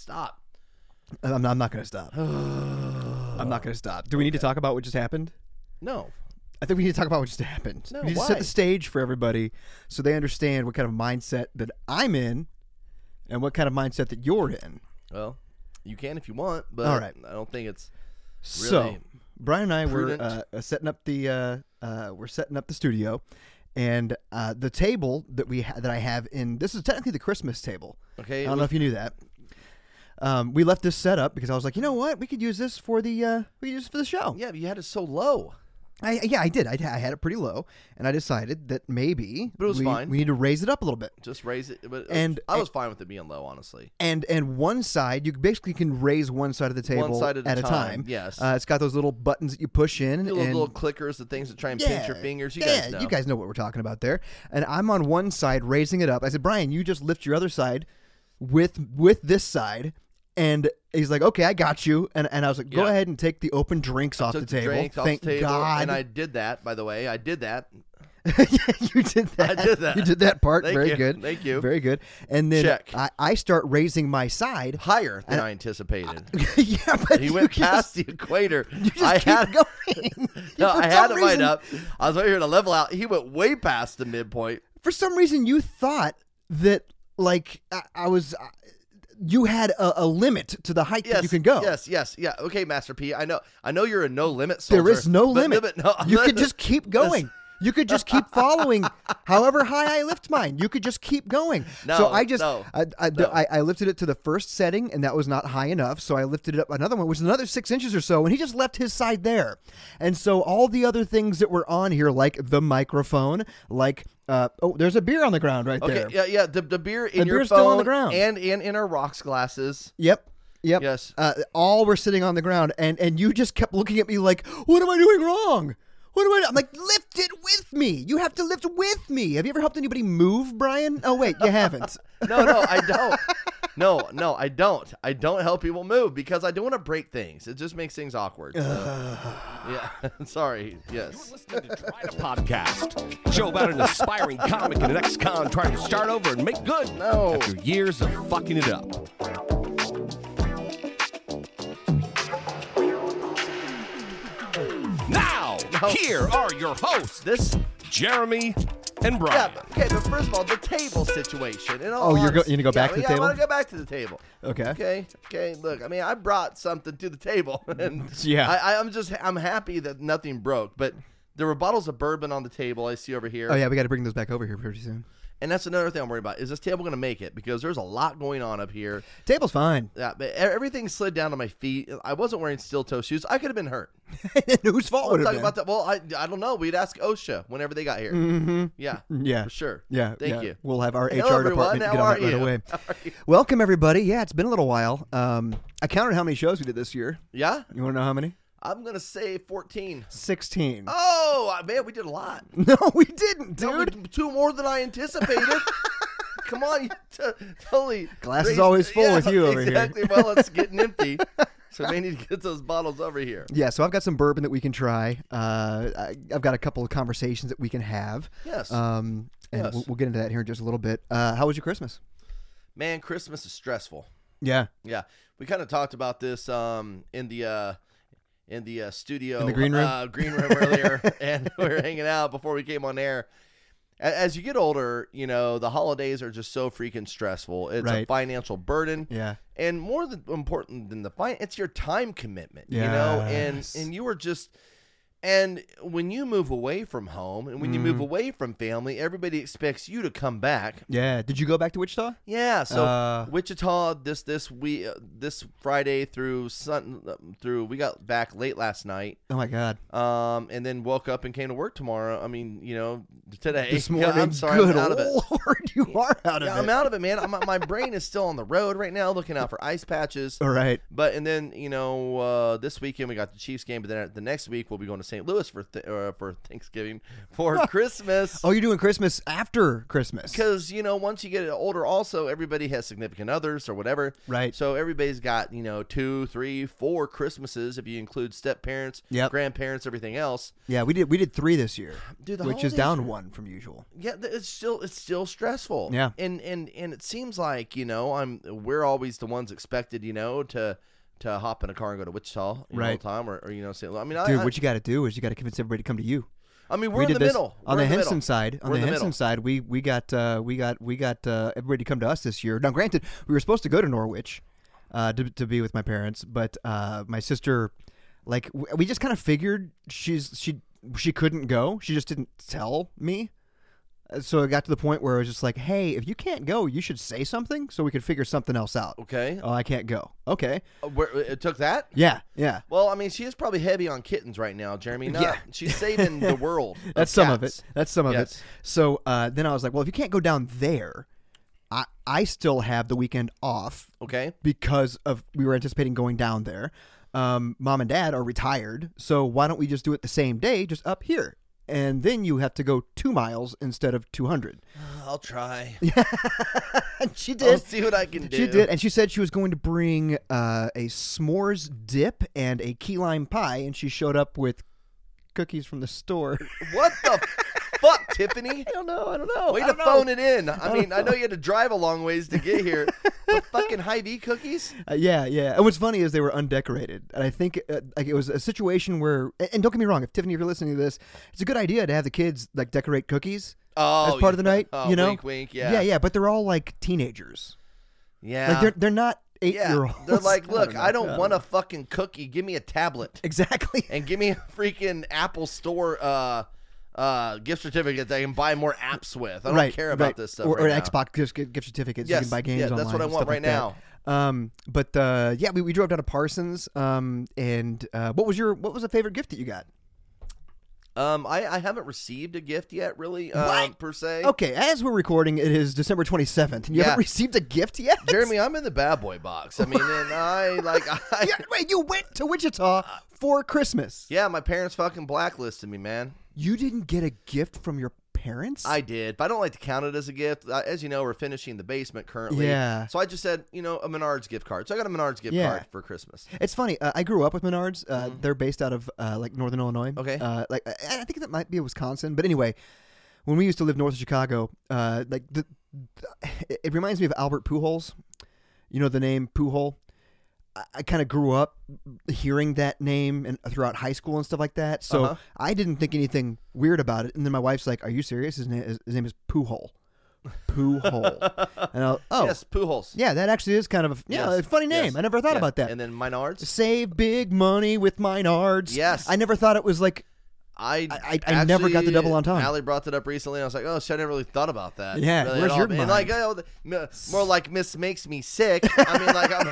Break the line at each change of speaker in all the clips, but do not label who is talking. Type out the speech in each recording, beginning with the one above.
stop.
I'm, I'm not going to stop. I'm not going to stop. Do we need to talk about what just happened?
No.
I think we need to talk about what just happened.
No,
we need to set
why?
the stage for everybody so they understand what kind of mindset that I'm in and what kind of mindset that you're in.
Well, you can if you want, but
All right.
I don't think it's
So
Really
Brian and I were
prudent.
uh, uh, setting up the uh, uh, we're setting up the studio, and uh, the table that we ha- that I have in this is technically the Christmas table.
okay. it
I don't
was-
know if you knew that. Um, we left this set up because I was like, you know what, we could use this for the uh, we could use it for the show.
yeah, but you had it so low.
I, yeah, I did. I, I had it pretty low, and I decided that maybe
But it was
we,
fine.
we need to raise it up a little bit.
Just raise it. But uh,
And-
I was fine with it being low, honestly.
and and one side you basically can raise one side of the table
One side at a time,
time.
yes.
uh, it's got those little buttons that you push in and
The little, little clickers, the things that try and pinch your fingers. You
yeah,
guys know.
you guys know what we're talking about there. And I'm on one side raising it up. I said, Brian, you just lift your other side with with this side. And he's like, okay, I got you. And and I was like, go
Yeah.
ahead and take the open drinks off
took
the table.
drinks off
Thank
the table,
God.
and I did that. By the way, I did that.
Yeah, you did that.
did that.
You did that part.
Thank
Very
you.
good.
Thank you.
Very good. And then
Check.
I, I start raising my side.
higher than I, anticipated.
yeah, but
he
you
went
just-
past the equator.
You
I
just keep
had
going.
no,
For
I
some
had it lined
reason-
up. I was right here to level out. He went way past the midpoint.
For some reason, you thought that like I, I was, I, you had a, a limit to the height
Yes,
that you can go.
Yes, yes, yeah. Okay, Master P. I know, I know you're a no limit soldier.
there is no
but-
limit.
but no,
you could just keep going. You could just keep following, however high I lift mine. You could just keep going. so
No,
I just
no,
I, I,
no.
I, I lifted it to the first setting, and that was not high enough. So I lifted it up another one, which is another six inches or so, and he just left his side there. And so all the other things that were on here, like the microphone, like uh, oh, there's a beer on the ground right
Okay,
there.
yeah, yeah. The, the beer in
The
your
beer's
phone
still on the ground.
and and in our rocks glasses.
Yep. Yep.
Yes.
Uh, all were sitting on the ground, and and you just kept looking at me like, "What am I doing wrong? What am I?" do-" I'm like, "Lift it with me. You have to lift with me." Have you ever helped anybody move, Brian? Oh wait, you haven't.
No, no, I don't. No, no, I don't. I don't help people move because I don't want to break things. It just makes things awkward. so- yeah, sorry. Yes.
Listening to Try to Podcast, a show about an aspiring comic and an ex-con trying to start over and make good
No.
after years of fucking it up. Now, here are your hosts,
This.
Jeremy and
Yeah.
Brian.
but- Okay, but first of all, the table situation. In all
Oh, you're go-
honesty-
you need to go
Yeah,
back to the
yeah,
table?
I want to go back to the table.
Okay.
Okay. Okay. Look, I mean, I brought something to the table, and
Yeah.
I, I, I'm just I'm happy that nothing broke. But there were bottles of bourbon on the table I see over here.
Oh yeah, we got to bring those back over here pretty soon.
And that's another thing I'm worried about. Is this table going to make it? Because there's a lot going on up here.
Table's fine.
Yeah, but e- everything slid down to my feet. I wasn't wearing steel toe shoes. I could have been hurt.
Whose fault would it
Talk
have been?
about that. Well, I, I don't know. We'd ask OSHA whenever they got here. Yeah.
Mm, Yeah.
For sure.
Mm-hmm. Yeah.
Thank
yeah.
you.
We'll have our
Hello,
HR
everyone.
department
How
get on
are
that right
you?
away.
How are you?
Welcome everybody. Yeah, it's been a little while. Um, I counted how many shows we did this year.
Yeah.
You want to know how many?
I'm gonna say 14.
Sixteen.
Oh uh, man, we did a lot.
No, we didn't, dude.
No, we- two more than I anticipated. Come on, you t- totally.
Glass is always full with you over here.
Exactly. Well, it's getting empty, so we need to get those bottles over here.
Yeah, so I've got some bourbon that we can try. Uh, I, I've got a couple of conversations that we can have.
Yes.
Um, and
Yes.
we'll, we'll get into that here in just a little bit. Uh, how was your Christmas?
Man, Christmas is stressful.
Yeah.
Yeah, we kind of talked about this um, in the uh, in the uh, studio,
the green room?
uh, green room earlier, and we were hanging out before we came on air. A- As you get older, you know the holidays are just so freaking stressful. It's a
Right.
financial burden,
Yeah.
and more than important than the fine, it's your time commitment. You know, and
Yes.
and you are just. And when you move away from home and when you
Mm-hmm.
move away from family, everybody expects you to come back.
Yeah. Did you go back to Wichita?
Yeah, so
Uh,
Wichita this this we uh, this Friday through sun uh, through we got back late last night,
Oh, my God.
um, and then woke up and came to work tomorrow. I mean, you know, today.
This
Eh, Yeah,
morning.
I'm sorry,
Good
I'm out of it.
Lord, you are out of
Yeah,
it.
I'm out of it, man. I'm, my brain is still on the road right now, looking out for ice patches.
All right.
But and then you know uh, this weekend we got the Chiefs game, but then the next week we'll be going to St. Louis for th- uh, for Thanksgiving for Christmas.
Oh, you're doing Christmas after Christmas.
Because you know, once you get older, also everybody has significant others or whatever,
Right.
So everybody's got you know two, three, four Christmases if you include step parents,
Yep.
grandparents, everything else.
Yeah, we did we did three this year,
Dude, the
which is
holidays
down one from usual.
yeah th- it's still it's still stressful
Yeah.
and and and it seems like you know i'm we're always the ones expected you know to to hop in a car and go to wichita you know,
Right.
all the time or, or you know St. Louis. i mean I,
Dude,
I,
what you got to do is you got to convince everybody to come to you.
I mean we're
we
in
did
the
this
middle
on
We're
the
in
Henson
middle.
side. On
We're in
the
the
Henson
middle.
side, we we got uh, we got we got uh, everybody to come to us this year. Now, granted, we were supposed to go to Norwich uh, to to be with my parents, but uh, my sister, like, w- we just kind of figured she's she she couldn't go. She just didn't tell me. Uh, So it got to the point where I was just like, "Hey, if you can't go, you should say something so we could figure something else out."
okay
Oh, I can't go. Okay.
Uh, where, it took that
Yeah. Yeah.
well i mean she is probably heavy on kittens right now jeremy Not-
Yeah.
she's saving the world of
That's some of
cats.
it. That's some of
Yes.
it. So uh, then I was like, well, if you can't go down there, I I still have the weekend off
okay
because of we were anticipating going down there. Um, Mom and Dad are retired, so why don't we just do it the same day, just up here? And then you have to go two miles instead of two hundred.
i'll try
And she
i'll
did.
see what i can do
She did, and she said she was going to bring uh, a s'mores dip and a key lime pie, and she showed up with cookies from the store.
what the fuck tiffany
I don't know. I don't know.
Way
I
to
don't know.
phone it in. I mean, I know you had to drive a long ways to get here. but fucking Hy-Vee cookies?
Uh, yeah, yeah. And what's funny is they were undecorated, and I think uh, like it was a situation where. And, and don't get me wrong, if Tiffany, if you're listening to this, it's a good idea to have the kids like decorate cookies
Oh,
as part of the night.
oh,
you know,
wink, wink, yeah.
yeah, yeah. But they're all like teenagers.
Yeah.
Like they're they're not eight
yeah.
year olds.
They're like, look,
know.
I don't, want a fucking cookie. Give me a tablet
exactly.
and give me a freaking Apple Store uh, uh, gift certificate that I can buy more apps with. I don't
right,
care about
right.
this stuff.
Or, or
right now.
an Xbox gift, gift certificate so you
Yes,
can buy games
yeah, that's
online
what I
and
want
stuff like
right
that. Um, but uh, yeah, we, we drove down to Parsons. Um, and uh, what was your what was the favorite gift that you got?
Um, I, I haven't received a gift yet, really, um, per se.
Okay, as we're recording, it is December 27th, and you
Yeah.
haven't received a gift yet?
Jeremy, I'm in the bad boy box. I mean, and I, like, I,
Yeah, wait, you went to Wichita for Christmas.
yeah, my parents fucking blacklisted me, man.
You didn't get a gift from your parents?
I did, but I don't like to count it as a gift. Uh, As you know, we're finishing the basement currently.
Yeah.
So I just said, you know, a Menards gift card. So I got a Menards gift
Yeah.
card for Christmas.
It's funny. Uh, I grew up with Menards. Uh, They're based out of uh, like northern Illinois.
Mm-hmm. Okay.
Uh, like I, I think that might be Wisconsin, but anyway, when we used to live north of Chicago, uh, like the, the- it reminds me of Albert Pujols. You know the name Pujol. I, I kind of grew up hearing that name and throughout high school and stuff like that. So
Uh-huh.
I didn't think anything weird about it. And then my wife's like, "Are you serious? His name, his name is Pujol." Pujol. and I'll, oh.
Yes, Pujols.
Yeah, that actually is kind of a, yeah,
Yes,
a funny name.
yes,
I never thought
yeah.
about that
And then Menards.
save big money with Menards.
Yes.
I never thought it was like.
I
I- I never got the
actually-
double entendre.
Allie brought that up recently. And I was like, oh, shit, I never really thought about that.
Yeah,
really at
where's
all.
your
And
mind?
like, oh, the- m- more like Miss makes me sick. I mean, like, I'm.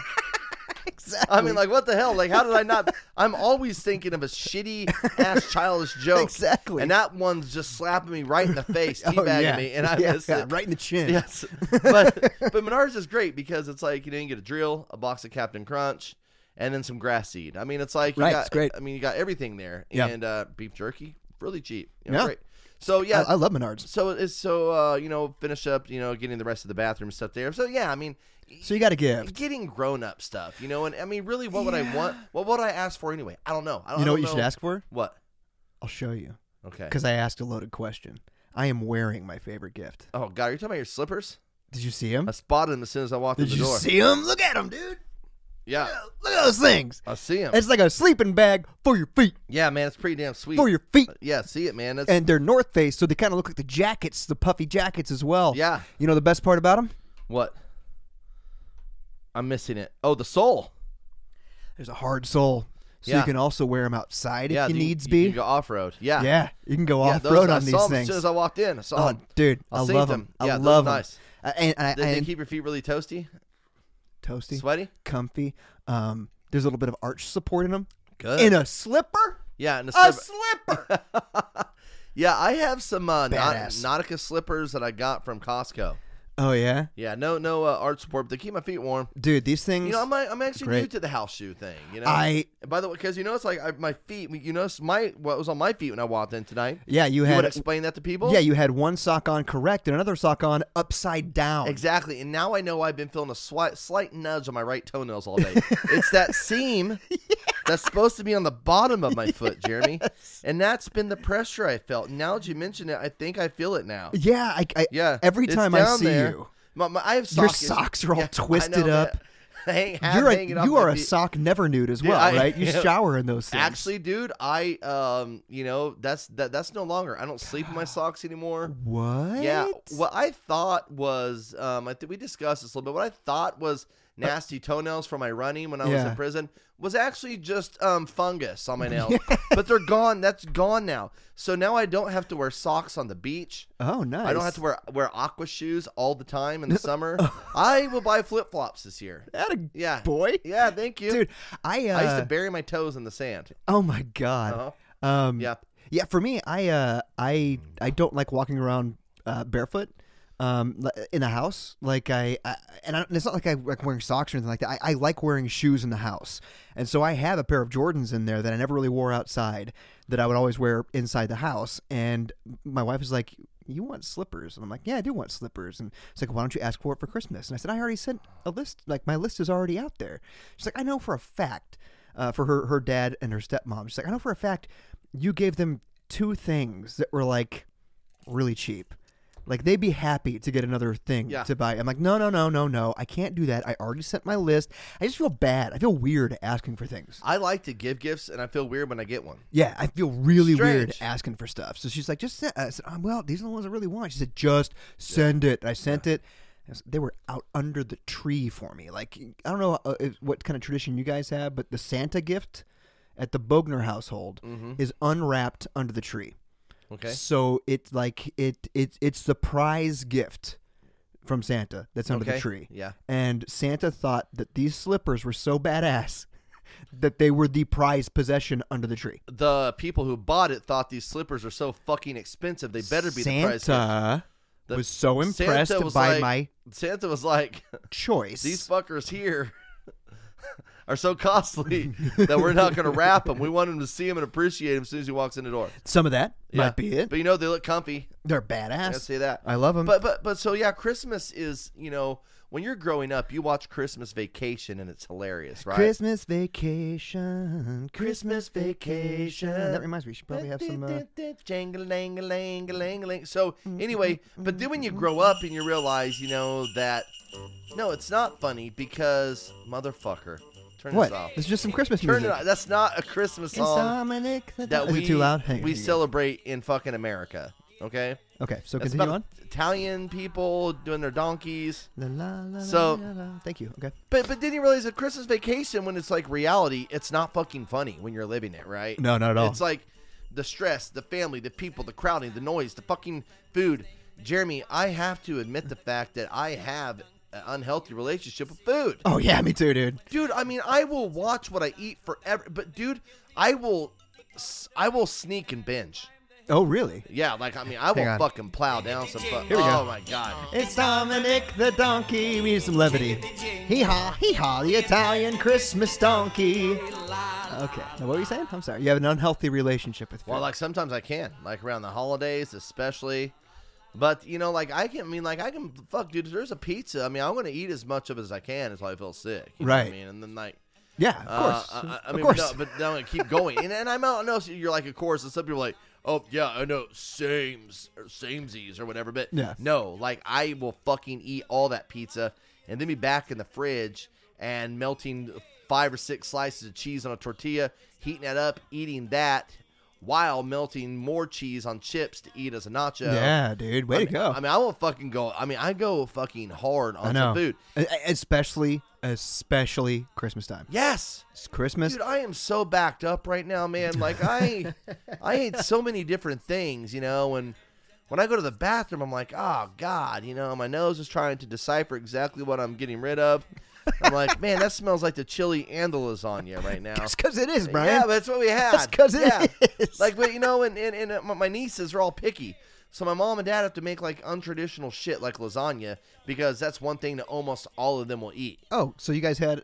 Exactly.
I mean, like, what the hell? Like, how did I not? I'm always thinking of a shitty ass childish joke.
Exactly.
And that one's just slapping me right in the face,
Oh,
teabagging
yeah.
me, and I
Yeah,
miss
yeah,
it.
right in the chin.
Yes, but but Menards is great because it's like you know you get a drill, a box of Captain Crunch, and then some grass seed. I mean, it's like you
Right,
got,
it's great.
I mean, you got everything there,
Yeah.
and uh, beef jerky, really cheap. You know,
Yeah.
great. So yeah,
I, I love Menards.
so it's so uh, you know finish up you know getting the rest of the bathroom stuff there. So yeah, I mean.
So you got a gift.
Getting grown up stuff, you know, and I mean, really, what would I want? What would I ask for anyway? I don't know. I don't,
You
I
know
don't
what you should ask for?
What?
I'll show you
Okay.
because I asked a loaded question. I am wearing my favorite gift.
Oh God, are you talking about your slippers?
Did you see him?
I spotted them as soon as I walked
Did
in the
you
door.
see him? Look at him, dude.
yeah,
Look at those things.
I see them.
It's like a sleeping bag for your feet.
Yeah, man, it's pretty damn sweet.
For your feet.
Yeah, see it, man. That's,
And they're North Face, so they kind of look like the jackets, the puffy jackets as well.
Yeah.
You know the best part about them?
what? I'm missing it. Oh, the sole.
There's a hard sole, so
Yeah.
you can also wear them outside
Yeah,
if you
you-
needs
you
be.
can go off road. Yeah,
yeah, you can go
yeah.
off
those-
road
I
on
saw
these
'em as
things.
soon as I walked in, I saw
Oh,
'em.
dude,
I
I
saved
love
them.
them.
Yeah,
I
those
love
are
them.
nice.
And, and,
They, they
and
keep your feet really toasty,
toasty,
sweaty.
comfy. Um, there's a little bit of arch support in them.
Good.
In a slipper,
yeah, and a
a
slipper.
slipper.
yeah, I have some uh, Nau-
Badass.
Nautica slippers that I got from Costco.
Oh yeah,
Yeah, no, no uh, art support, but they keep my feet warm.
dude, these things.
You know, I'm I'm actually new
Great.
to the house shoe thing. You know,
I-
And by the way, because you know, it's like I, my feet. You notice my what was on my feet when I walked in tonight.
yeah, you
you
had
would explain that to people.
yeah, you had one sock on correct and another sock on upside down.
exactly. And now I know I've been feeling a slight slight nudge on my right toenails all day. it's that seam. That's supposed to be on the bottom of my foot, Jeremy, and that's been the pressure I felt. Now that you mention it, I think I feel it now.
Yeah, I, I
Yeah.
Every
it's
time I
down
see
there.
you,
my, my, I have sock
Your
issues.
socks are all
Yeah, I
twisted
know,
up.
man. Hang, half
you're a,
hanging off
you
my
are a
feet.
sock never nude as
Dude,
well,
I-
right? You shower in those things.
Actually, dude, I um, you know, that's that that's no longer. I don't sleep in my socks anymore.
what?
Yeah, what I thought was, um, I think we discussed this a little bit. What I thought was nasty toenails from my running when I was
Yeah.
in prison was actually just um fungus on my nails, but they're gone. That's gone now. So now I don't have to wear socks on the beach.
Oh, nice.
I don't have to wear wear aqua shoes all the time in the summer. I will buy flip flops this year.
That a
Yeah,
boy,
Yeah, thank you,
dude. I, uh,
I used to Uh-huh. bury my toes in the sand.
Oh my god. Um,
Yeah.
yeah. For me, I uh, I I don't like walking around uh, barefoot. Um, li- in the house, like I, I and I, don't- it's not like I like wearing socks or anything like that. I, I like wearing shoes in the house, and so I have a pair of Jordans in there that I never really wore outside, that I would always wear inside the house. And my wife is like, "You want slippers?" And I'm like, "Yeah, I do want slippers." And it's like, "Why don't you ask for it for Christmas?" And I said, "I already sent a list. Like my list is already out there." She's like, "I know for a fact uh, for her her dad and her stepmom. She's like, I know for a fact you gave them two things that were like really cheap. Like they'd be happy to get another thing
Yeah.
to buy. I'm like, no, no, no, no, no. I can't do that. I already sent my list. I just feel bad. I feel weird asking for things.
I like to give gifts, and I feel weird when I get one.
Yeah, I feel really weird
Strange.
asking for stuff. So she's like, just send. I said, oh, well, these are the ones I really want. She said, just send it. I sent it. I was- They were out under the tree for me. Like I don't know uh, if- what kind of tradition you guys have, but the Santa gift at the Bogner household
Mm-hmm.
is unwrapped under the tree.
Okay.
So it's like it it it's the prize gift from Santa that's under the
Okay,
tree.
yeah.
And Santa thought that these slippers were so badass that they were the prize possession under the tree.
The people who bought it thought these slippers are so fucking expensive. They better be the price. gift.
Santa
The-
was so impressed
Santa was
by
like-
my
Santa was like,
choice.
"These fuckers here are so costly that we're not going to wrap them. We want him to see him and appreciate him as soon as he walks in the door."
Some of that
Yeah.
might be it.
But you know, they look comfy.
They're badass.
I say that.
I love them.
But but but so yeah, Christmas is you know when you're growing up, you watch Christmas Vacation and it's hilarious, right?
Christmas vacation, Christmas
Christmas
vacation. That
vacation.
reminds me, we should probably have some. Uh, Mm-hmm.
Jangle-langle-langle-langle-langle. So anyway, but then when you grow up and you realize, you know that no, it's not funny because motherfucker, turn
what?
this off.
It's just some Christmas
Turn it
music.
off. That's not a Christmas
It's
song
Dominic. the
that
Dom-
we
Is it too loud? Hang on,
we
hang on.
celebrate in fucking America. Okay,
Okay, so
That's about
continue on.
Italian people doing their donkeys.
La, la, la,
So-
la, la, la. thank you. Okay.
But but then you realize that Christmas Vacation, when it's like reality, it's not fucking funny when you're living it, right?
No, not at all.
It's like the stress, the family, the people, the crowding, the noise, the fucking food. Jeremy, I have to admit the fact that I have an unhealthy relationship with food.
Oh yeah, me too, dude.
Dude, I mean, I will watch what I eat forever, but dude, I will s- I will sneak and binge.
Oh really?
Yeah, like I mean, I
Hang
will
on.
fucking plow down some fu-
we go.
Oh my god.
It's Dominic the donkey. We need some levity. Hee haw, hee haw, the Italian Christmas donkey. Okay, now what were you saying? I'm sorry. You have an unhealthy relationship with food.
Well, like sometimes I can, like around the holidays, especially. But you know, like I can, I mean, like I can, fuck, dude. If there's a pizza, I mean, I'm gonna eat as much of it as I can until I feel sick. you know what
Right.
I mean, and then like,
yeah, of
uh,
course,
I- I, I
of
mean,
course.
no, but then I'm gonna keep going. and, and I'm out. No, so you're like, of course. And some people are like, oh yeah, I know, sames or samesies or whatever. But
Yeah.
no, like I will fucking eat all that pizza and then be back in the fridge and melting five or six slices of cheese on a tortilla, heating that up, eating that while melting more cheese on chips to eat as a nacho.
yeah, Oh. dude, way
uh, I
to
mean,
go.
I mean, I will fucking go. I mean, I go fucking hard on some food.
E- e- especially, especially Christmas time.
Yes.
It's Christmas.
Dude, I am so backed up right now, man. Like I, I ate so many different things, you know. And when I go to the bathroom, I'm like, oh god, you know, my nose is trying to decipher exactly what I'm getting rid of. I'm like, man, that smells like the chili and the lasagna right now.
That's because it is, Brian.
Yeah, but that's what we had.
That's 'cause it
yeah.
is.
Like, but you know, and and, and uh, my- my nieces are all picky, So my mom and dad have to make like untraditional shit like lasagna because that's one thing that almost all of them will eat.
Oh, so you guys had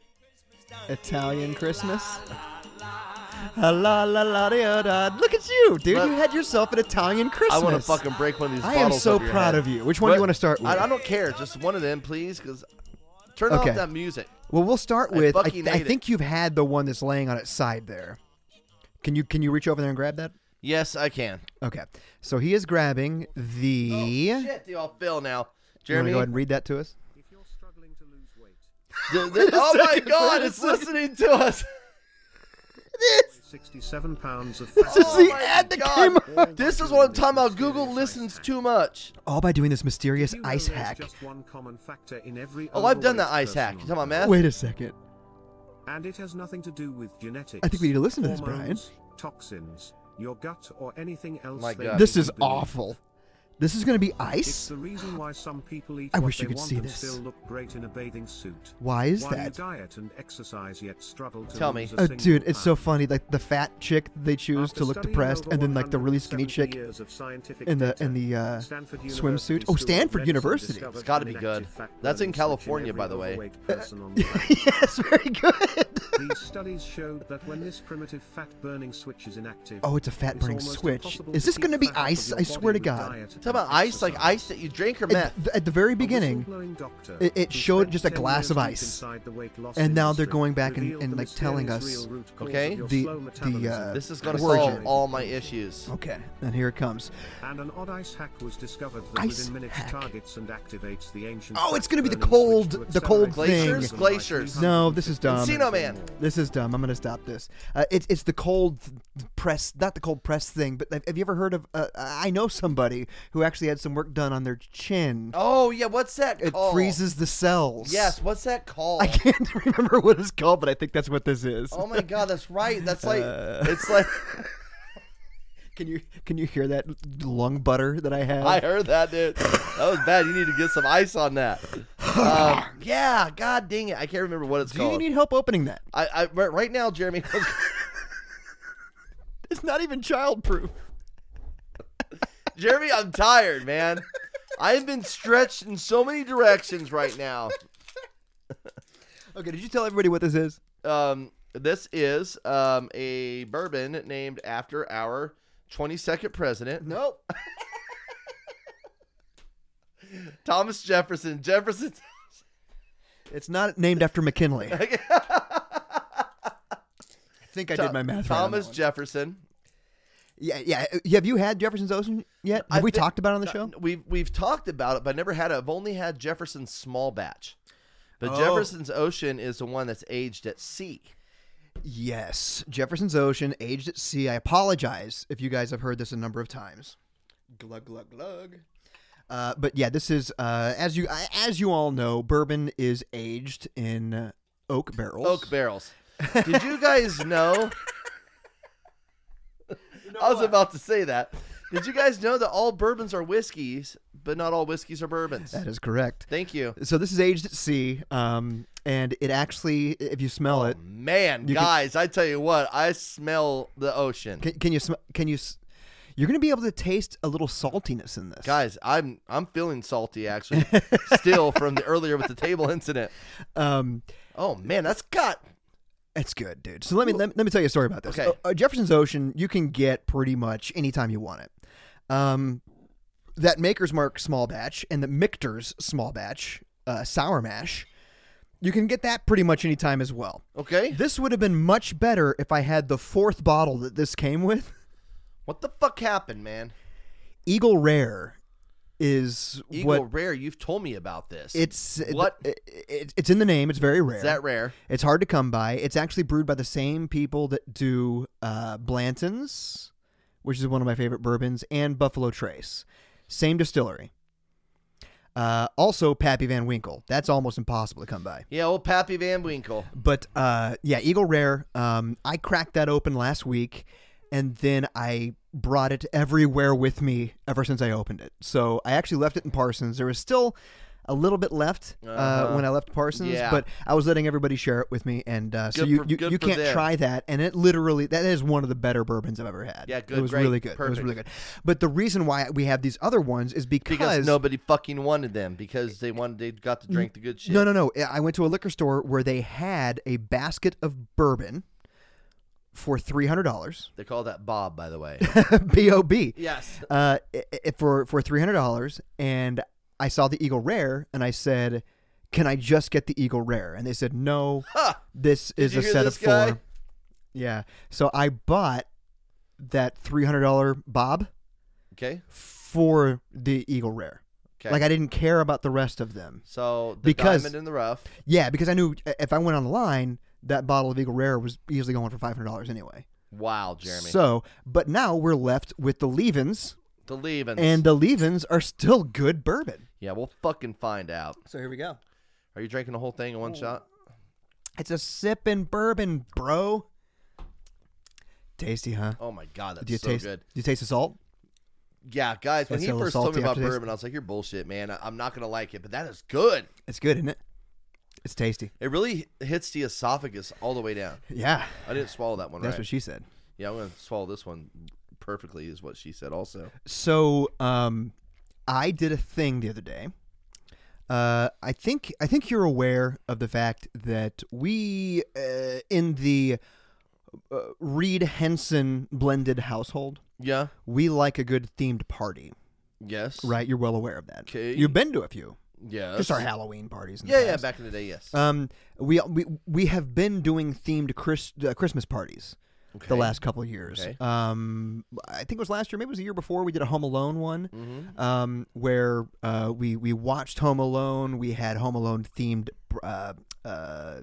Italian Christmas? Ah, La la la da da. Look at you, dude!
Let-
you had yourself an Italian Christmas.
I want to fucking break one of these
I am
bottles.
so
over your
proud
head.
of you. Which one do you
But
wanna start with?
I, I don't care. Just one of them, please, because turn
Okay.
off that music.
Well, we'll start
I
with. I,
fucking
I
hate it.
think you've had the one that's laying on its side there. Can you can you reach over there and grab that?
Yes, I can.
Okay, so he is grabbing the.
Shit, they all fell now.
you want
Jeremy,
to go ahead and read that to us?
th- th- oh my god, it's listening to us.
67 pounds of
This is the
fat.
Oh my
ad that
God.
came up.
This is what I'm talking about. Google listens too much.
All by doing this mysterious
You know
ice
there's
hack.
Just one common factor in every
Oh, I've done that
overweight
ice hack. You
person
talking about
on
math?
Wait a second.
Earth. And it has nothing to do with genetics.
I think we need to listen to this, Brian.
hormones, Toxins, your gut, or anything else.
My
they
God.
make
This
you
is
believe.
awful. This is going to be
It's
ice.
the reason why some people eat
I
what
wish you
they
could
want
see
and
this.
still look great in a bathing suit.
Why is
While you
that?
diet and exercise yet struggle to
Tell me.
lose a
Oh,
single
dude, it's so
pound.
funny. Like the fat chick they choose
After
to look
studying
depressed,
over
and then like the really skinny
170
chick
years of scientific
in the
data,
in the uh,
Stanford
swimsuit.
University
Oh,
School of
Stanford
Medicine
University.
discovered
It's gotta be
an
good.
active fat
That's in
burning switch
California,
every
by the way.
overweight person on the planet.
yes, very good.
These studies showed that when this primitive fat burning switch is inactive,
Oh, it's a fat burning
almost
switch.
impossible
Is this
keep
gonna be
fat out of
ice?
your
I swear
body
to
with
God.
diet
Talking about
and
ice, like
exercise.
ice that you drink or meth.
At, th- at the very
A
beginning,
whistleblowing doctor
it- it
who
showed
spent
just a
10
glass
years
of
deep
ice.
inside the weight loss
And now they're
industry
going back and-
revealed
and,
the
like, telling
mysterious
us
real root cause
Okay.
of your
The-
slow
the,
metabolism.
uh,
This is going to
Origin.
solve all my issues.
Okay, and here it comes.
And an odd ice hack was discovered that
Ice
within minutes
hack.
targets and activates the ancient.
Oh, it's
going
gonna
to
be the cold- the cold
Glaciers? thing. Glaciers.
No, this is dumb.
Encino Man.
This is dumb. I'm gonna stop this. Uh, it's it's the cold press, not the cold press thing. But have- have you ever heard of? Uh, I know somebody who actually had some work done on their chin.
Oh yeah, what's that
it
called?
freezes the cells.
Yes, what's that called?
I can't remember what it's called, but I think that's what this is.
Oh my god, that's right. That's like it's like
Can you can you hear that lung butter that I have?
I heard that dude. That was bad. You need to get some ice on that. Um, yeah, god dang it. I can't remember what it's
Do you
called.
need help opening that?
I, I right right now, Jeremy.
It's not even childproof.
Jeremy, I'm tired, man. I've been stretched in so many directions right now.
Okay, did you tell everybody what this is?
Um, this is um, a bourbon named after our 22nd president,
Nope.
Thomas Jefferson. Jefferson.
It's not named after McKinley. I think I did my math right. on that
Thomas
one.
Jefferson.
Yeah, yeah. Uh, Have you had Jefferson's Ocean yet? Have
I
we
thi-
talked about it on the
Uh,
show?
We've we've talked about it, but I never had it. I've only had Jefferson's small batch. But
Oh.
Jefferson's Ocean is the one that's aged at sea.
Yes. Jefferson's Ocean, aged at sea. I apologize if you guys have heard this a number of times. Glug glug glug. Uh, but yeah, this is uh, as you I- as you all know, bourbon is aged in uh, oak barrels.
Oak barrels. Did you guys know? I was about to say that. Did you guys know that all bourbons are whiskeys, but not all whiskeys are bourbons?
that is correct.
Thank you.
So this is aged at sea, um, and it actually, if you smell it,
Man, guys, I tell you what, I smell the ocean.
can, can you sm- can you? s- You're going to be able to taste a little saltiness in this.
guys, I'm I'm feeling salty actually, still from the earlier with the table incident.
Um,
Oh man, that's got
It's good, dude. So let me let, me- let me tell you a story about this.
Okay.
Uh, Jefferson's Ocean, you can get pretty much anytime you want it. Um, that Maker's Mark small batch and the Michter's small batch uh, sour mash, you can get that pretty much anytime as well.
okay.
This would have been much better if I had the fourth bottle that this came with.
What the fuck happened, man?
Eagle Rare is
Eagle
what
rare. You've told me about this.
it's
What?
it, it- it's in the name. It's very rare.
is that rare?
It's hard to come by. It's actually brewed by the same people that do uh, Blanton's, which is one of my favorite bourbons, and Buffalo Trace. Same distillery. Uh, also, Pappy Van Winkle. That's almost impossible to come by.
Yeah, old Pappy Van Winkle.
But uh, yeah, Eagle Rare. Um, I cracked that open last week, and then I brought it everywhere with me ever since I opened it. So I actually left it in Parsons. There was still, a little bit left uh
Uh-huh.
when I left Parsons,
Yeah.
but I was letting everybody share it with me, and uh, so
Good
you
for-
you,
good
you
for
can't
them.
try that, and it literally that is one of the better bourbons I've ever had.
Yeah,
It
good,
was
great,
really good. It was
perfect.
really good. But the reason why we have these other ones is because,
because nobody fucking wanted them because they wanted they got to drink the good shit.
no, no, no. I went to a liquor store where they had a basket of bourbon for three hundred dollars.
They call that Bob, by the way.
B O B.
yes.
uh, i- i- for for three hundred dollars, and I saw the Eagle Rare, and I said, "Can I just get the Eagle Rare?" And they said, "No, this is
you
a
hear
set
this
of
guy?
four. Yeah, so I bought that three hundred dollar Bob
Okay.
for the Eagle Rare.
Okay.
Like I didn't care about the rest of them.
So the
Because-
diamond in the rough.
Yeah, because I knew i- if I went on the line, that bottle of Eagle Rare was easily going for five hundred dollars anyway.
Wow, Jeremy.
So, but now we're left with the leavens,
the leavings.
and the leavens are still good bourbon.
yeah, we'll fucking find out.
So here we go.
Are you drinking the whole thing in one shot?
It's a sippin' bourbon, bro. Tasty, huh?
Oh my god, that's
do you
so
taste?
good.
Do you taste the salt?
Yeah, guys, when
It's
he
a little
first told
salty
me about
aftertaste.
bourbon, I was like, "You're bullshit, man. I- I'm not gonna like it." But that is good.
It's good, isn't it? It's tasty.
It really hits the esophagus all the way down.
Yeah,
I didn't swallow that one
that's
right.
what she said.
yeah, I'm gonna swallow this one perfectly, is what she said. Also,
Uh, So, um, I did a thing the other day. Uh, I think I think you're aware of the fact that we uh, in the uh, Reed Henson blended household,
yeah,
we like a good themed party,
yes,
right? You're well aware of that.
'Kay.
You've been to a few,
yes.
just our Halloween parties. in the
Yeah, yeah.
past.
Back in the day, yes.
Um, we we we have been doing themed Chris, uh, Christmas parties the
Okay.
last couple of years.
Okay.
Um, I think it was last year, maybe it was the year before. We did a Home Alone one,
Mm-hmm.
um, where uh, we we watched Home Alone. We had Home Alone themed uh, uh,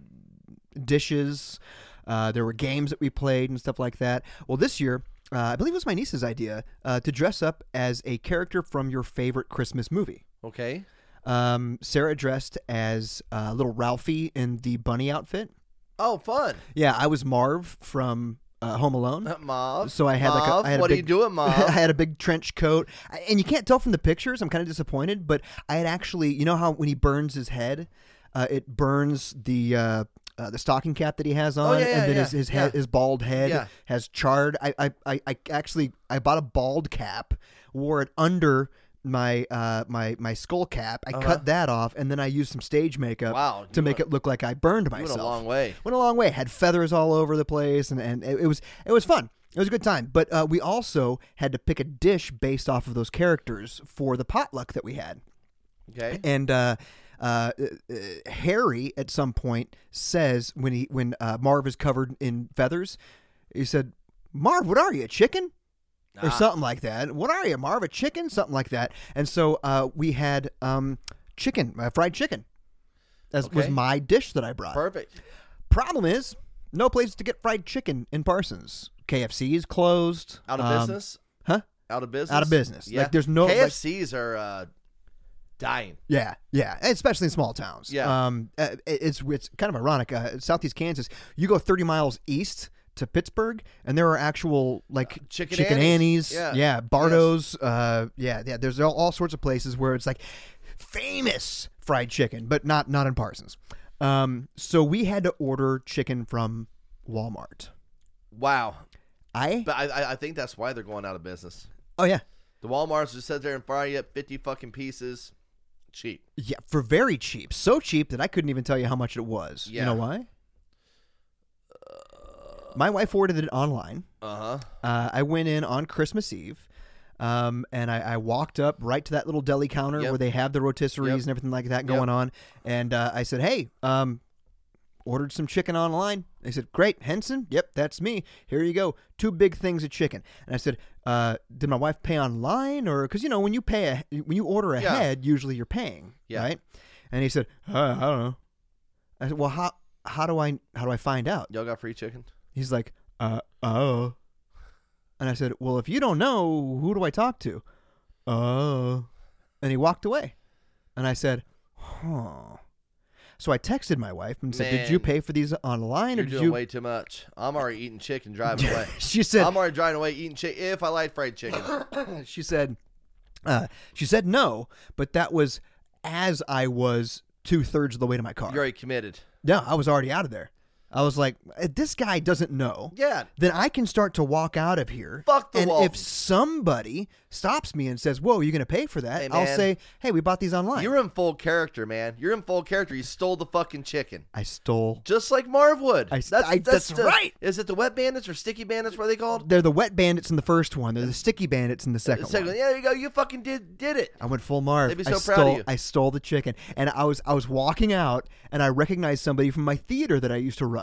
dishes. Uh, there were games that we played and stuff like that. Well, this year. Uh, I believe it was my niece's idea uh, to dress up as a character from your favorite Christmas movie.
okay.
Um, Sarah dressed as uh, little Ralphie in the bunny outfit.
Oh, fun.
Yeah, I was Marv from uh, Home
Oh.
Alone.
Mauve.
So I had like a,
Mauve,
I had
what
a
are you
big,
doing, Mauve?
I had a big trench coat, I- and you can't tell from the pictures. I'm kind of disappointed, but I had actually, you know how when he burns his head, uh, it burns the uh, uh, the stocking cap that he has on,
Oh, yeah, yeah,
and then
yeah,
his his, head,
yeah.
his bald head
Yeah.
has charred. I, I I I actually I bought a bald cap, wore it under. My uh my my skull cap. I cut that off, and then I used some stage makeup
Uh-huh. Wow,
to
you
make
went-
it look like I burned
you
myself
went a long way.
went a long way. Had feathers all over the place, and, and it, it was it was fun. It was a good time. But uh, we also had to pick a dish based off of those characters for the potluck that we had.
Okay.
And uh, uh, uh, Harry at some point says when he when uh, Marv is covered in feathers, he said, "Marv, what are you, a chicken?" Or something like that. What are you, Marv? A chicken? Something like that. And so uh, we had um, chicken, uh, fried chicken. That was
Okay.
my dish that I brought.
Perfect.
Problem is, no place to get fried chicken in Parsons. KFC is closed.
Out of
Um,
business.
Huh?
Out of business.
Out of business.
Yeah.
Like, there's no, like-
KFCs are uh, dying.
Yeah, yeah, especially in small towns.
Yeah.
Um, uh, it- it's it's kind of ironic. Uh, Southeast Kansas, you go 30 miles east to Pittsburgh, and there are actual like
Uh, Chicken
chicken
Annie's.
Annies,
Yeah.
yeah, Bardos, uh, yeah, yeah. There's all, all sorts of places where it's like famous fried chicken, but not not in Parsons. Um, so we had to order chicken from Walmart.
Wow.
I
But I, I, I think that's why they're going out of business.
oh yeah,
The Walmart's just sit there and fry you up fifty fucking pieces, cheap.
Yeah, for very cheap. So cheap that I couldn't even tell you how much it was. You know
Yeah.
why? My wife ordered it online.
Uh huh.
Uh, I went in on Christmas Eve. Um, and I, I walked up right to that little deli counter
Yep.
where they have the rotisseries
Yep.
and everything like that going on. And uh, I said, "Hey, um, ordered some chicken online." They said, "Great, Henson. Yep, that's me. Here you go. Two big things of chicken." And I said, uh, "Did my wife pay online or because you know when you pay a, when you order ahead, usually you're paying,
Yeah.
right?" And he said, uh, "I don't know." I said, "Well, how how do I how do I find out?"
Y'all got free chicken?
He's like, uh, oh. And I said, well, if you don't know, who do I talk to? Oh. And he walked away. And I said, huh. So I texted my wife and said, did you
Man.
pay for these online
You're
or did
doing
you?
way too much. I'm already eating chicken driving away.
she said,
I'm already driving away eating chicken. If I like fried chicken,
she said, uh, she said no, but that was as I was two thirds of the way to my car.
You're already committed.
No, I was already out of there. I was like, if this guy doesn't know.
Yeah.
Then I can start to walk out of here.
Fuck the
And
Walton.
if somebody stops me and says, "Whoa, you're going to pay for that?"
Hey,
I'll
man.
say, "Hey, we bought these online."
You're in full character, man. You're in full character. You stole the fucking chicken.
I stole.
Just like Marv would.
I- I- that's
the-
right.
Is it the wet bandits or sticky bandits? What are they called?
They're the wet bandits in the first one. They're the sticky bandits in the second,
Uh, Second,
one.
yeah, there you go. You fucking did did it.
I went full Marv.
They'd be
I
so
stole,
proud of you.
I stole the chicken, and I was I was walking out, and I recognized somebody from my theater that I used to run